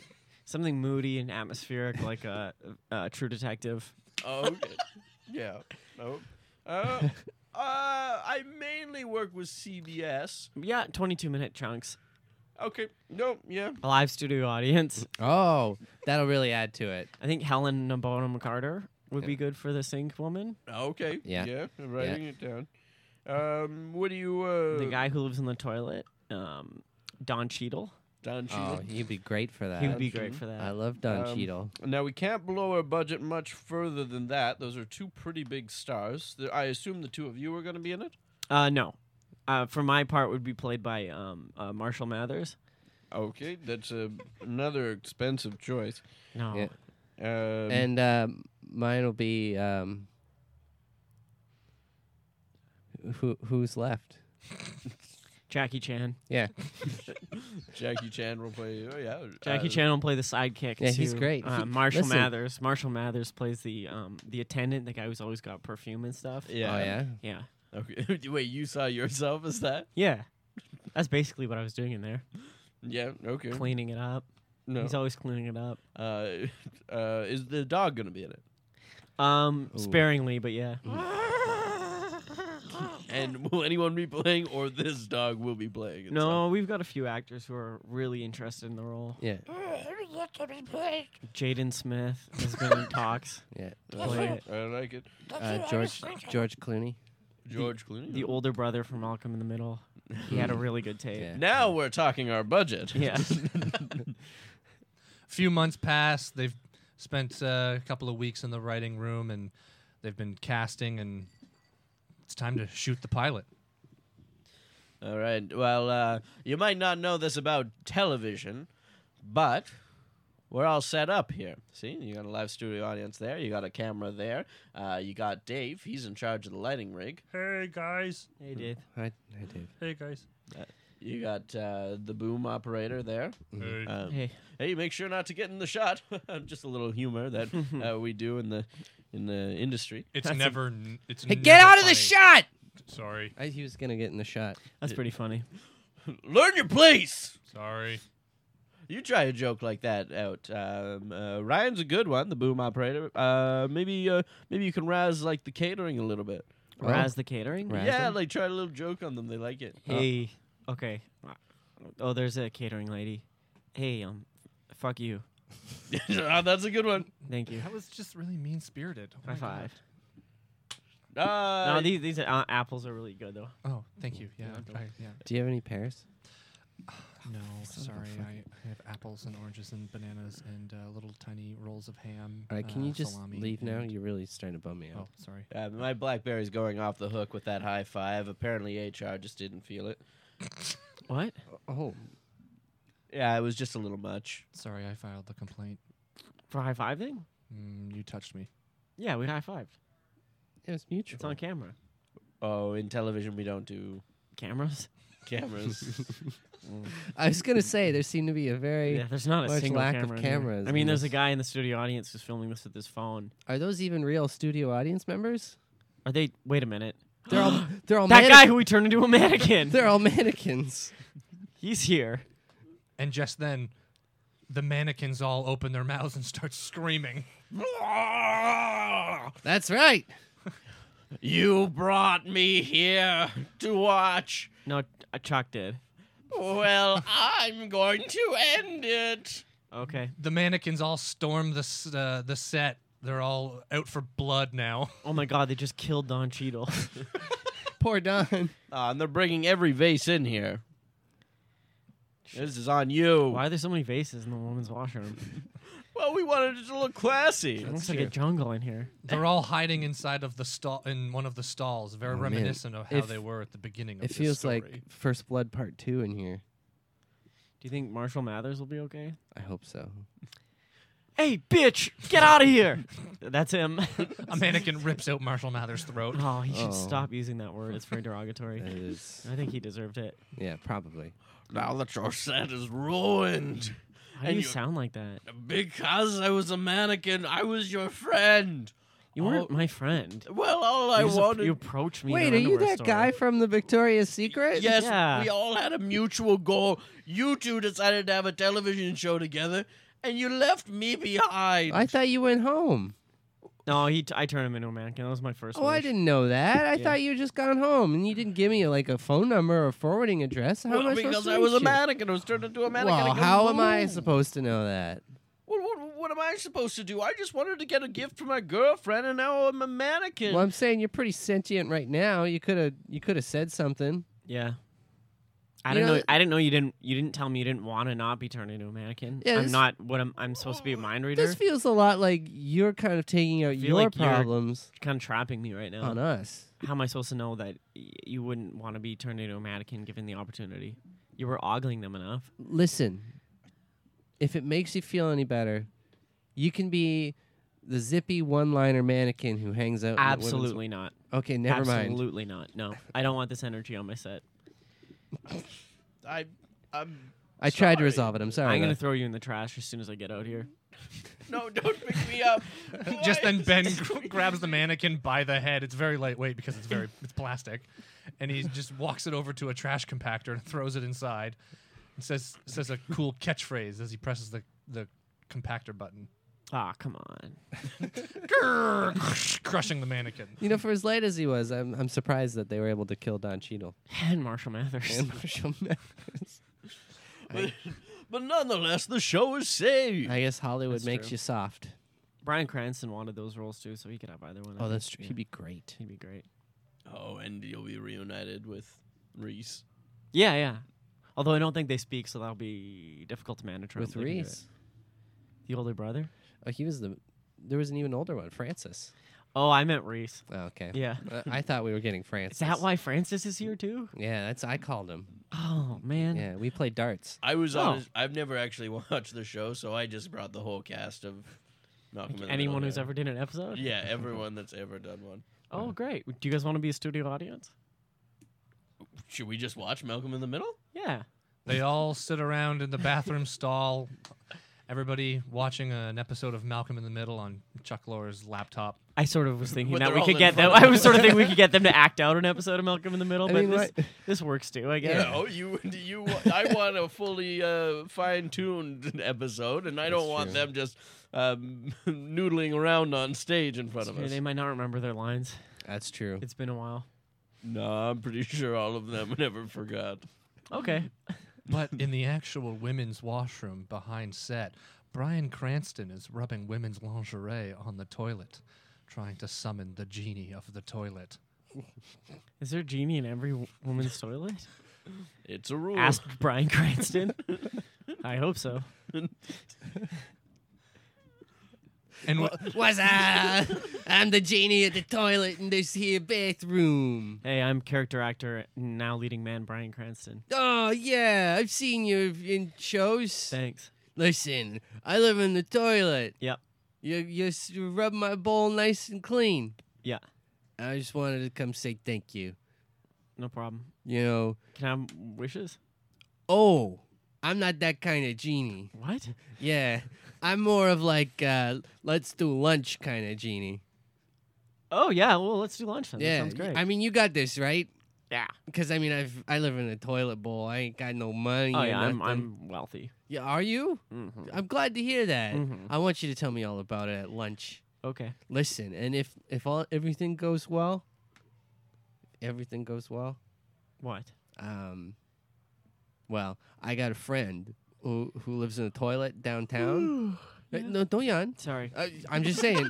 Speaker 4: Something moody and atmospheric, like a uh, uh, True Detective.
Speaker 3: Oh, okay. [LAUGHS] yeah. No. Uh, uh, I mainly work with CBS.
Speaker 4: Yeah, 22-minute chunks,
Speaker 3: Okay. No. Yeah.
Speaker 4: a live studio audience.
Speaker 1: Oh, that'll really add to it.
Speaker 4: I think Helen Bonham Carter would be good for the sink woman.
Speaker 3: Okay.
Speaker 1: Yeah.
Speaker 3: Yeah. I'm writing it down. Um, what do you? Uh,
Speaker 4: the guy who lives in the toilet, um, Don Cheadle.
Speaker 3: Don
Speaker 1: Oh,
Speaker 3: Cheadle.
Speaker 1: he'd be great for that.
Speaker 4: He would be great for
Speaker 1: I
Speaker 4: that.
Speaker 1: love Don
Speaker 3: Um,
Speaker 1: Cheadle.
Speaker 3: Now we can't blow our budget much further than that. Those are two pretty big stars. The- I assume the two of you are going to be in it.
Speaker 4: Uh, no, uh, for my part would be played by um, uh, Marshall Mathers.
Speaker 3: Okay, that's a, another expensive choice.
Speaker 4: No,
Speaker 1: Yeah.
Speaker 3: Um,
Speaker 1: and um, mine will be um, who who's left?
Speaker 4: Jackie Chan.
Speaker 1: Yeah,
Speaker 3: Jackie Chan will play. Oh yeah,
Speaker 4: Jackie
Speaker 3: uh,
Speaker 4: Chan will play the sidekick.
Speaker 1: Yeah, he's
Speaker 4: to,
Speaker 1: great.
Speaker 4: Uh,
Speaker 1: He-
Speaker 4: Marshall
Speaker 1: listen.
Speaker 4: Mathers. Marshall Mathers plays the um, the attendant, the guy who's always got perfume and stuff.
Speaker 3: Yeah.
Speaker 1: Oh yeah.
Speaker 4: yeah,
Speaker 3: Okay. [LAUGHS] Wait, you saw yourself as that?
Speaker 4: yeah. That's basically what I was doing in there,
Speaker 3: Yeah. Okay.
Speaker 4: cleaning it up.
Speaker 3: No.
Speaker 4: He's always cleaning it up,
Speaker 3: Uh, [LAUGHS] uh, is the dog going to be in it?
Speaker 4: um,
Speaker 1: Ooh.
Speaker 4: sparingly, but yeah.
Speaker 3: and will anyone be playing or this dog will be playing? itself?
Speaker 4: No, we've got a few actors who are really interested in the role.
Speaker 1: Yeah,
Speaker 4: Jaden Smith has been
Speaker 1: [LAUGHS]
Speaker 4: in talks.
Speaker 1: yeah.
Speaker 3: I like it. I like it.
Speaker 1: Uh, George George Clooney.
Speaker 3: George Clooney.
Speaker 4: The older brother from Malcolm in the Middle.
Speaker 1: [LAUGHS]
Speaker 4: He had a really good tape.
Speaker 1: Yeah.
Speaker 3: now we're talking our budget.
Speaker 1: [LAUGHS]
Speaker 4: Yeah.
Speaker 2: few months pass. They've spent uh, a couple of weeks in the writing room and they've been casting, and it's time to shoot the pilot.
Speaker 3: [LAUGHS] All right. Well, uh, you might not know this about television, but we're all set up here. See, you got a live studio audience there. You got a camera there. Uh, you got Dave. He's in charge of the lighting rig.
Speaker 2: Hey guys!
Speaker 4: They did.
Speaker 1: Hi, hi Dave.
Speaker 2: Hey guys!
Speaker 3: You got uh, the boom operator there.
Speaker 1: Mm-hmm.
Speaker 2: Uh,
Speaker 1: [LAUGHS]
Speaker 3: Um,
Speaker 4: Hey,
Speaker 3: hey, make sure not to get in the shot. [LAUGHS] Uh, Just a little humor
Speaker 4: [LAUGHS]
Speaker 3: that uh, we do in the in the industry.
Speaker 2: it's never. n- It's
Speaker 1: Hey, get
Speaker 2: never
Speaker 1: out of the
Speaker 2: funny.
Speaker 1: shot!
Speaker 2: Sorry,
Speaker 1: I, he was gonna get in the shot.
Speaker 4: that's pretty funny.
Speaker 3: Learn your place.
Speaker 2: sorry.
Speaker 3: You try a joke like that out. Um, uh, Ryan's a good one, the boom operator. Uh, maybe uh, maybe you can razz like the catering a little bit.
Speaker 1: Oh.
Speaker 4: Raz the catering?
Speaker 1: Raz Oh.
Speaker 3: Yeah,
Speaker 1: them?
Speaker 3: like try a little joke on them. They like it.
Speaker 4: Hey. Okay. Oh, there's a catering lady. Hey, um, fuck you.
Speaker 3: [LAUGHS] Ah, That's a good one.
Speaker 4: Thank you.
Speaker 1: Oh
Speaker 2: That was just really mean spirited. Oh my
Speaker 4: High five.
Speaker 3: Uh,
Speaker 4: No, these these uh, apples are really good though.
Speaker 2: God. Oh, thank you. Yeah,
Speaker 4: welcome.
Speaker 2: I, yeah.
Speaker 1: Do you have any pears?
Speaker 2: [SIGHS] No,
Speaker 1: son of a
Speaker 2: sorry.
Speaker 1: fuck.
Speaker 2: I, I have apples and oranges and bananas and uh, little tiny rolls of ham.
Speaker 1: All right, can
Speaker 2: uh,
Speaker 1: you just
Speaker 2: salami
Speaker 1: leave now?
Speaker 2: and-
Speaker 1: You're really starting to bum me
Speaker 2: Oh,
Speaker 1: out.
Speaker 2: sorry.
Speaker 3: uh, my Blackberry's going off the hook with that high five. Apparently, HR just didn't feel it.
Speaker 4: What?
Speaker 1: Oh,
Speaker 3: Yeah, it was just a little much.
Speaker 2: Sorry, I filed the complaint.
Speaker 4: For high five thing?
Speaker 2: Mm, you touched me.
Speaker 4: Yeah, we high fived.
Speaker 1: it was mutual.
Speaker 4: It's on camera.
Speaker 3: Oh, in television, we don't do
Speaker 4: Cameras? [LAUGHS]
Speaker 3: cameras.
Speaker 1: I was gonna say there seemed to be a very.
Speaker 4: Yeah, there's not a
Speaker 1: Large
Speaker 4: single
Speaker 1: lack of
Speaker 4: camera in here.
Speaker 1: cameras
Speaker 4: I mean,
Speaker 1: in
Speaker 4: there's a
Speaker 1: this.
Speaker 4: guy in the studio audience who's filming this with his phone.
Speaker 1: Are those even real studio audience members?
Speaker 4: Are they? Wait a minute.
Speaker 1: They're all they're all
Speaker 4: that guy
Speaker 1: mannequin-
Speaker 4: who we turned into a mannequin.
Speaker 1: they're all mannequins.
Speaker 4: He's here.
Speaker 2: And just then, the mannequins all open their mouths and start [LAUGHS] screaming.
Speaker 1: That's right.
Speaker 3: you brought me here to watch.
Speaker 4: No, uh, Chuck did.
Speaker 3: Well, I'm going to end it.
Speaker 4: Okay.
Speaker 2: The mannequins all storm the s- uh, the set. They're all out for blood now. [LAUGHS]
Speaker 4: Oh my God, they just killed Don Cheadle.
Speaker 1: Poor Don.
Speaker 3: Uh, and they're bringing every vase in here. This is on you.
Speaker 4: [LAUGHS] Why are there so many vases in the woman's washroom?
Speaker 3: Well, we wanted it to look classy.
Speaker 4: It looks like a jungle in here.
Speaker 2: [LAUGHS] They're all hiding inside of the stall in one of the stalls, very
Speaker 1: man.
Speaker 2: reminiscent of how
Speaker 1: If-
Speaker 2: they were at the beginning of
Speaker 1: It
Speaker 2: this
Speaker 1: feels
Speaker 2: story.
Speaker 1: like First Blood Part Two in here.
Speaker 4: Do you think Marshall Mathers will be okay?
Speaker 1: I hope so.
Speaker 4: Hey, bitch, get out of here. [LAUGHS] That's him.
Speaker 2: a mannequin rips out Marshall Mathers' throat.
Speaker 4: Oh, he
Speaker 1: Oh.
Speaker 4: should stop using that word. It's very derogatory.
Speaker 1: [LAUGHS] That is,
Speaker 4: I think he deserved it.
Speaker 1: yeah, probably.
Speaker 3: Now that your set is ruined,
Speaker 4: Why do
Speaker 3: And
Speaker 4: you
Speaker 3: you-
Speaker 4: sound like that?
Speaker 3: because I was a mannequin, I was your friend.
Speaker 4: You weren't my friend.
Speaker 3: Well, all I
Speaker 4: you, just ap-
Speaker 3: wanted.
Speaker 4: you approached me. in
Speaker 1: Wait,
Speaker 4: an
Speaker 1: are you
Speaker 4: underwear
Speaker 1: that
Speaker 4: store.
Speaker 1: guy from the Victoria's Secret?
Speaker 3: Yes,
Speaker 4: Yeah.
Speaker 3: we all had a mutual goal. You two decided to have a television show together, and you left me behind.
Speaker 1: I thought you went home.
Speaker 4: No, he. T- I turned him into a mannequin. That was my first.
Speaker 1: Oh, I
Speaker 4: wish.
Speaker 1: didn't know that. I
Speaker 4: Yeah.
Speaker 1: thought you had just gone home and you didn't give me like a phone number or forwarding address. How am
Speaker 3: Well,
Speaker 1: I supposed
Speaker 3: because
Speaker 1: to
Speaker 3: I was
Speaker 1: reach
Speaker 3: a
Speaker 1: you?
Speaker 3: mannequin. I was turned into a mannequin.
Speaker 1: Well,
Speaker 3: I go,
Speaker 1: how am I
Speaker 3: "Whoa."
Speaker 1: supposed to know that?
Speaker 3: What, what, what am I supposed to do? I just wanted to get a gift for my girlfriend, and now I'm a mannequin.
Speaker 1: Well, I'm saying you're pretty sentient right now. You could have you could have said something.
Speaker 4: Yeah. I
Speaker 1: You
Speaker 4: didn't know,
Speaker 1: know-
Speaker 4: I didn't know you didn't. You didn't tell me you didn't want to not be turned into a mannequin.
Speaker 1: Yeah,
Speaker 4: I'm
Speaker 1: this-
Speaker 4: not. What I'm. I'm supposed to be a mind reader.
Speaker 1: This feels a lot like you're kind of taking out
Speaker 4: feel
Speaker 1: your
Speaker 4: like you're
Speaker 1: problems
Speaker 4: kind of trapping me right now.
Speaker 1: on us.
Speaker 4: How am I supposed to know that y- you wouldn't want to be turned into a mannequin given the opportunity? You were ogling them enough.
Speaker 1: Listen, if it makes you feel any better, you can be the zippy one-liner mannequin who hangs out. in the women's-
Speaker 4: Absolutely not.
Speaker 1: Okay, never mind.
Speaker 4: Absolutely not. No, I don't want this energy on my set.
Speaker 3: I, I'm
Speaker 1: I tried to
Speaker 3: Sorry.
Speaker 1: resolve it. I'm sorry.
Speaker 4: I'm gonna
Speaker 1: though.
Speaker 4: throw you in the trash as soon as I get out here.
Speaker 3: no, don't pick
Speaker 1: [LAUGHS]
Speaker 3: me up.
Speaker 2: Just
Speaker 3: Why
Speaker 2: then,
Speaker 3: is
Speaker 2: Ben
Speaker 3: this
Speaker 2: gr- grabs the mannequin by the head. It's very lightweight because it's very it's plastic, and he just walks it over to a trash compactor and throws it inside. And says says a cool catchphrase as he presses the the compactor button.
Speaker 4: Ah, come on.
Speaker 2: Grrr, crushing the mannequin.
Speaker 1: You know, for as late as he was, I'm, I'm surprised that they were able to kill Don Cheadle
Speaker 4: And Marshall Mathers.
Speaker 1: and Marshall Mathers.
Speaker 3: But, but nonetheless, the show is saved.
Speaker 1: I guess Hollywood
Speaker 4: That's
Speaker 1: makes
Speaker 4: true.
Speaker 1: you soft.
Speaker 4: Brian Cranston wanted those roles too, so he could have either one. I
Speaker 1: Oh,
Speaker 4: think.
Speaker 1: that's true.
Speaker 4: Yeah.
Speaker 1: He'd be great.
Speaker 4: He'd be great.
Speaker 3: oh, and you'll be reunited with Reese.
Speaker 4: Yeah, yeah. Although I don't think they speak, so that'll be difficult to manage. I don't
Speaker 1: With
Speaker 4: think he did.
Speaker 1: Reese.
Speaker 4: the older brother.
Speaker 1: Oh, he was the. There was an even older one, Francis.
Speaker 4: Oh, I meant Reese.
Speaker 1: Oh, okay.
Speaker 4: Yeah.
Speaker 1: Uh, I thought we were getting Francis.
Speaker 4: Is that why Francis is here too?
Speaker 1: Yeah, that's I called him.
Speaker 4: Oh man.
Speaker 1: Yeah, we played darts.
Speaker 3: I was
Speaker 4: Oh.
Speaker 3: honest. I've never actually [LAUGHS] watched the show, so I just brought the whole cast of Malcolm.
Speaker 4: Like,
Speaker 3: in the
Speaker 4: anyone
Speaker 3: Middle
Speaker 4: who's
Speaker 3: here.
Speaker 4: ever did an episode.
Speaker 3: Yeah, everyone that's ever done one.
Speaker 4: Oh, great. Do you guys want to be a studio audience?
Speaker 3: Should we just watch Malcolm in the Middle?
Speaker 4: Yeah.
Speaker 2: They all sit around in the bathroom stall. Everybody watching an episode of Malcolm in the Middle on Chuck Lorre's laptop.
Speaker 4: I
Speaker 3: [LAUGHS]
Speaker 4: sort of was thinking
Speaker 3: But
Speaker 4: that
Speaker 3: they're
Speaker 4: we
Speaker 3: all
Speaker 4: could
Speaker 3: in
Speaker 4: get them.
Speaker 3: front
Speaker 4: [LAUGHS] I
Speaker 3: of
Speaker 4: was sort of
Speaker 3: us.
Speaker 4: thinking we could get
Speaker 3: [LAUGHS]
Speaker 4: them to act out an episode of Malcolm in the Middle,
Speaker 1: I
Speaker 4: but
Speaker 1: mean,
Speaker 4: this,
Speaker 1: what- [LAUGHS]
Speaker 4: this works too, I guess.
Speaker 1: Yeah.
Speaker 3: No, Oh, you [LAUGHS] you. wa- I want a fully uh, fine-tuned [LAUGHS] episode, and I don't
Speaker 1: That's
Speaker 3: want
Speaker 1: true.
Speaker 3: them just um, [LAUGHS] noodling around on stage in front of
Speaker 4: Hey,
Speaker 3: us.
Speaker 4: They might not remember their lines.
Speaker 1: That's true.
Speaker 4: It's been a while.
Speaker 3: No, I'm pretty [LAUGHS] sure all of them never forgot. [LAUGHS]
Speaker 4: Okay.
Speaker 2: [LAUGHS] But in the actual women's washroom behind set, Brian Cranston is rubbing women's lingerie on the toilet, trying to summon the genie of the toilet.
Speaker 4: Is there a genie in every w- woman's toilet?
Speaker 3: It's a rule.
Speaker 4: Asked
Speaker 3: [LAUGHS]
Speaker 4: Brian Cranston. I hope so.
Speaker 2: And wha-
Speaker 1: What's up? I'm the genie at the toilet in this here bathroom.
Speaker 4: Hey, I'm character actor, now leading man Brian Cranston.
Speaker 1: Oh yeah, I've seen you in shows.
Speaker 4: Thanks.
Speaker 1: Listen, I live in the toilet.
Speaker 4: Yep.
Speaker 1: You you s- you rub my bowl nice and clean.
Speaker 4: Yeah.
Speaker 1: I just wanted to come say thank you.
Speaker 4: No problem.
Speaker 1: You know,
Speaker 4: Can I have wishes?
Speaker 1: oh, I'm not that kind of genie.
Speaker 4: What?
Speaker 1: Yeah, I'm more of like uh, let's do lunch kind of genie.
Speaker 4: Oh yeah. Well, let's do lunch then.
Speaker 1: yeah,
Speaker 4: that sounds
Speaker 1: y-
Speaker 4: great.
Speaker 1: I mean, you got this right.
Speaker 4: yeah.
Speaker 1: Because I mean, I've I live in a toilet bowl. I ain't got no money.
Speaker 4: Oh
Speaker 1: or
Speaker 4: yeah. I'm,
Speaker 1: nothing.
Speaker 4: I'm wealthy.
Speaker 1: Yeah, are you?
Speaker 4: hmm
Speaker 1: I'm glad to hear that.
Speaker 4: Mhm.
Speaker 1: I want you to tell me all about it at lunch.
Speaker 4: Okay.
Speaker 1: Listen, and if if all everything goes well, everything goes well. [GASPS]
Speaker 4: What?
Speaker 1: Um, well, I got a friend who who lives in a toilet downtown. Uh,
Speaker 4: yeah.
Speaker 1: No, don't yawn.
Speaker 4: Sorry.
Speaker 1: Uh, I'm just saying.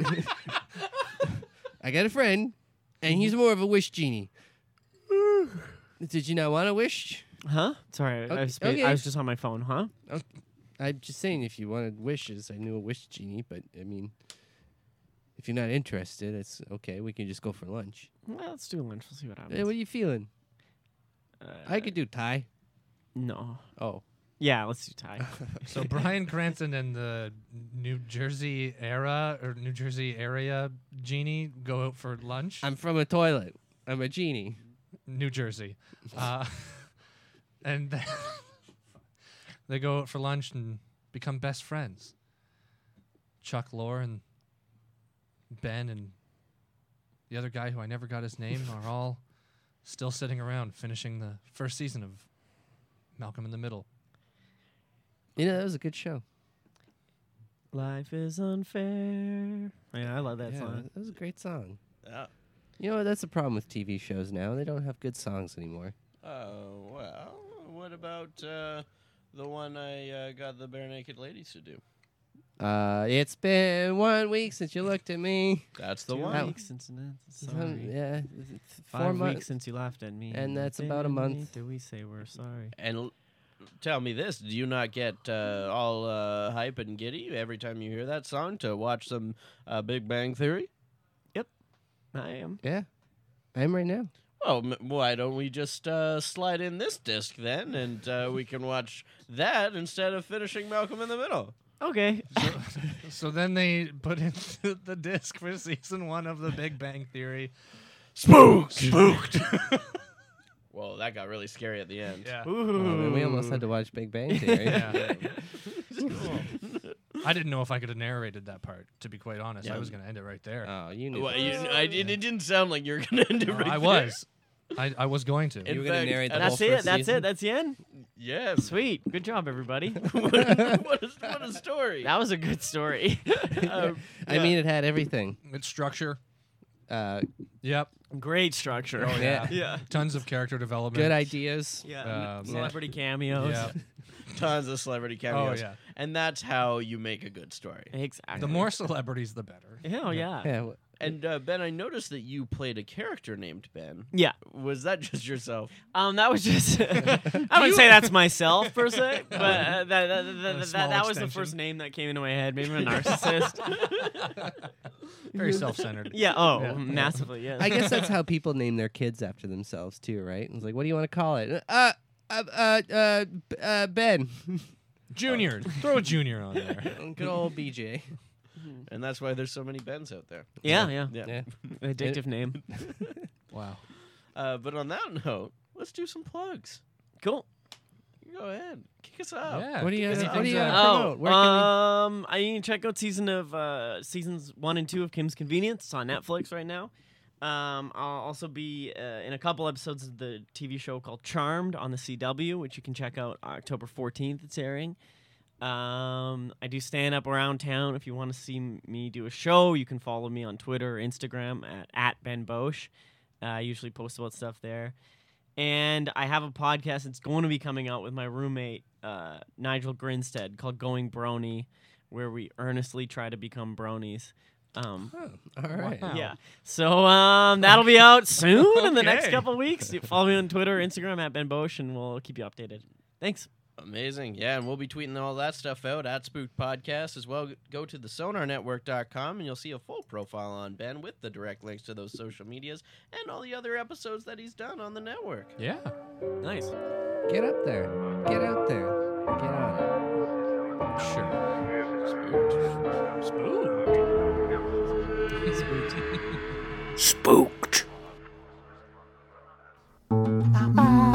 Speaker 1: [LAUGHS] I got a friend, and he's more of a wish genie. Did you not want a wish?
Speaker 4: Huh? Sorry. I- I,
Speaker 1: Okay-
Speaker 4: was spa-
Speaker 1: okay.
Speaker 4: I was just on my phone. Huh?
Speaker 1: I'm just saying, if you wanted wishes, I knew a wish genie, but I mean, if you're not interested, it's okay. We can just go for lunch.
Speaker 4: Well, let's do lunch. We'll see what
Speaker 1: Hey,
Speaker 4: happens.
Speaker 1: what are you feeling? I
Speaker 4: Uh,
Speaker 1: could do Thai.
Speaker 4: No.
Speaker 1: Oh,
Speaker 4: Yeah. Let's do
Speaker 1: [LAUGHS]
Speaker 4: Thai.
Speaker 2: [LAUGHS] so Brian Cranston and the New Jersey era or New Jersey area genie go out for lunch.
Speaker 1: I'm from a toilet. I'm a genie.
Speaker 2: New Jersey. Uh, [LAUGHS] and th- [LAUGHS] they go out for lunch and become best friends. Chuck Lorre and Ben and the other guy who I never got his name are all still sitting around finishing the first season of Malcolm in the Middle.
Speaker 1: You know, that was a good show.
Speaker 4: Life is unfair. Oh, Yeah, I love that
Speaker 1: yeah,
Speaker 4: song.
Speaker 1: That was a great song.
Speaker 3: Uh,
Speaker 1: You know, that's the problem with TV shows now. They don't have good songs anymore.
Speaker 3: Oh well, what about uh, the one I uh, got the bare naked ladies to do?
Speaker 1: Uh, it's been one week since you looked at me.
Speaker 3: That's the
Speaker 4: Two
Speaker 1: one. That-
Speaker 3: one.
Speaker 4: weeks since an-
Speaker 1: Um,
Speaker 4: sorry.
Speaker 1: yeah, th- th-
Speaker 4: Five
Speaker 1: four
Speaker 4: weeks
Speaker 1: months.
Speaker 4: since you laughed at me.
Speaker 1: and that's about a
Speaker 4: Didn't
Speaker 1: month.
Speaker 4: need to we say we're sorry?
Speaker 3: And l- tell me this: Do you not get uh, all uh, hype and giddy every time you hear that song to watch some uh, Big Bang Theory?
Speaker 4: I am.
Speaker 1: Yeah, I am right now.
Speaker 3: Well, m- why don't we just uh, slide in this disc then, and uh, we can watch that instead of finishing Malcolm in the Middle?
Speaker 4: Okay.
Speaker 2: So then they put in [LAUGHS] the disc for season one of The Big Bang Theory.
Speaker 3: Spooked, spooked. Whoa, that got really scary at the end.
Speaker 2: Yeah.
Speaker 1: Oh, man, we almost had to watch Big Bang Theory.
Speaker 2: yeah. I didn't know if I could have narrated that part, to be quite honest. I
Speaker 3: Yeah.
Speaker 2: was going to end it right there.
Speaker 1: Oh, you knew.
Speaker 3: Well,
Speaker 1: that.
Speaker 3: you, I, it, it didn't sound like you were gonna [LAUGHS] end it
Speaker 2: No,
Speaker 3: right
Speaker 2: I
Speaker 3: there.
Speaker 2: was. I, I was going to.
Speaker 3: In
Speaker 1: You were gonna
Speaker 3: fact,
Speaker 1: narrate the
Speaker 3: and
Speaker 1: whole
Speaker 4: that's
Speaker 1: first
Speaker 4: it. That's
Speaker 1: season?
Speaker 4: it. That's the end.
Speaker 3: Yeah.
Speaker 4: Sweet. Good job,
Speaker 3: [LAUGHS]
Speaker 4: everybody. [LAUGHS]
Speaker 3: what, a, what a- what a story.
Speaker 4: that was a good story. [LAUGHS]
Speaker 3: Um,
Speaker 1: I
Speaker 3: yeah.
Speaker 1: mean, it had everything.
Speaker 2: Its structure.
Speaker 1: Uh,
Speaker 2: Yep.
Speaker 4: Great
Speaker 2: [LAUGHS]
Speaker 4: structure.
Speaker 2: Oh, yeah.
Speaker 4: [LAUGHS] Yeah.
Speaker 2: Tons of character development.
Speaker 1: good ideas.
Speaker 4: Yeah.
Speaker 2: Um,
Speaker 4: Celebrity cameos.
Speaker 2: Yeah.
Speaker 3: tons of celebrity
Speaker 2: Oh
Speaker 3: cameos.
Speaker 2: yeah.
Speaker 3: And that's how you make a good story.
Speaker 4: Exactly.
Speaker 2: The more celebrities, the better.
Speaker 4: Hell yeah.
Speaker 1: [LAUGHS] Yeah. w-
Speaker 3: And uh, Ben, I noticed that you played a character named Ben.
Speaker 4: Yeah.
Speaker 3: Was that [LAUGHS] just yourself?
Speaker 4: Um, that was just. [LAUGHS] I
Speaker 2: You-
Speaker 4: wouldn't say that's myself per se, but uh, that, that, that,
Speaker 2: A
Speaker 4: that,
Speaker 2: small
Speaker 4: that was the
Speaker 2: extension.
Speaker 4: first name that came into my head. Maybe I'm a narcissist.
Speaker 2: [LAUGHS] Very self-centered.
Speaker 4: yeah. Oh,
Speaker 2: Yeah.
Speaker 4: massively. Yes.
Speaker 1: I guess that's how people name their kids after themselves too, right? It's like, what do you want to call it? Uh, uh, uh, uh, B- uh Ben. [LAUGHS]
Speaker 2: [LAUGHS] Junior. Throw a junior on there.
Speaker 1: Good old BJ.
Speaker 3: And that's why there's so many Bens out there.
Speaker 4: Yeah. Yeah.
Speaker 3: Yeah.
Speaker 1: Yeah.
Speaker 4: Addictive name.
Speaker 2: Wow.
Speaker 3: Uh, but on that note, let's do some plugs.
Speaker 4: Cool.
Speaker 3: You Go ahead, kick us out.
Speaker 2: Yeah.
Speaker 1: What do you?
Speaker 2: Anything
Speaker 1: What do you
Speaker 2: else?
Speaker 1: want to
Speaker 4: Oh,
Speaker 1: promote? Where
Speaker 4: um, I you can check out season of uh, seasons one and two of Kim's Convenience. It's on Netflix right now. Um, I'll also be uh, in a couple episodes of the TV show called Charmed on the CW, which you can check out October fourteenth. It's airing. Um, I do stand up around town. If you want to see m- me do a show, you can follow me on Twitter or Instagram at, at Ben Bosch. Uh, I usually post about stuff there. And I have a podcast that's going to be coming out with my roommate, uh, Nigel Grinstead, called Going Brony, where we earnestly try to become bronies. Um,
Speaker 1: can we- Oh, all right.
Speaker 2: Wow.
Speaker 4: yeah. So um, that'll be out soon in the next
Speaker 2: Okay.
Speaker 4: couple weeks. You follow me on Twitter, Instagram at Ben Bosch, and we'll keep you updated. Thanks.
Speaker 3: Amazing. Yeah, and we'll be tweeting all that stuff out at Spooked Podcast as well. Go to the sonarnetwork.com and you'll see a full profile on Ben with the direct links to those social medias and all the other episodes that he's done on the network.
Speaker 2: Yeah.
Speaker 4: Nice.
Speaker 1: Get up there. Get out there. Get on it.
Speaker 2: Sure.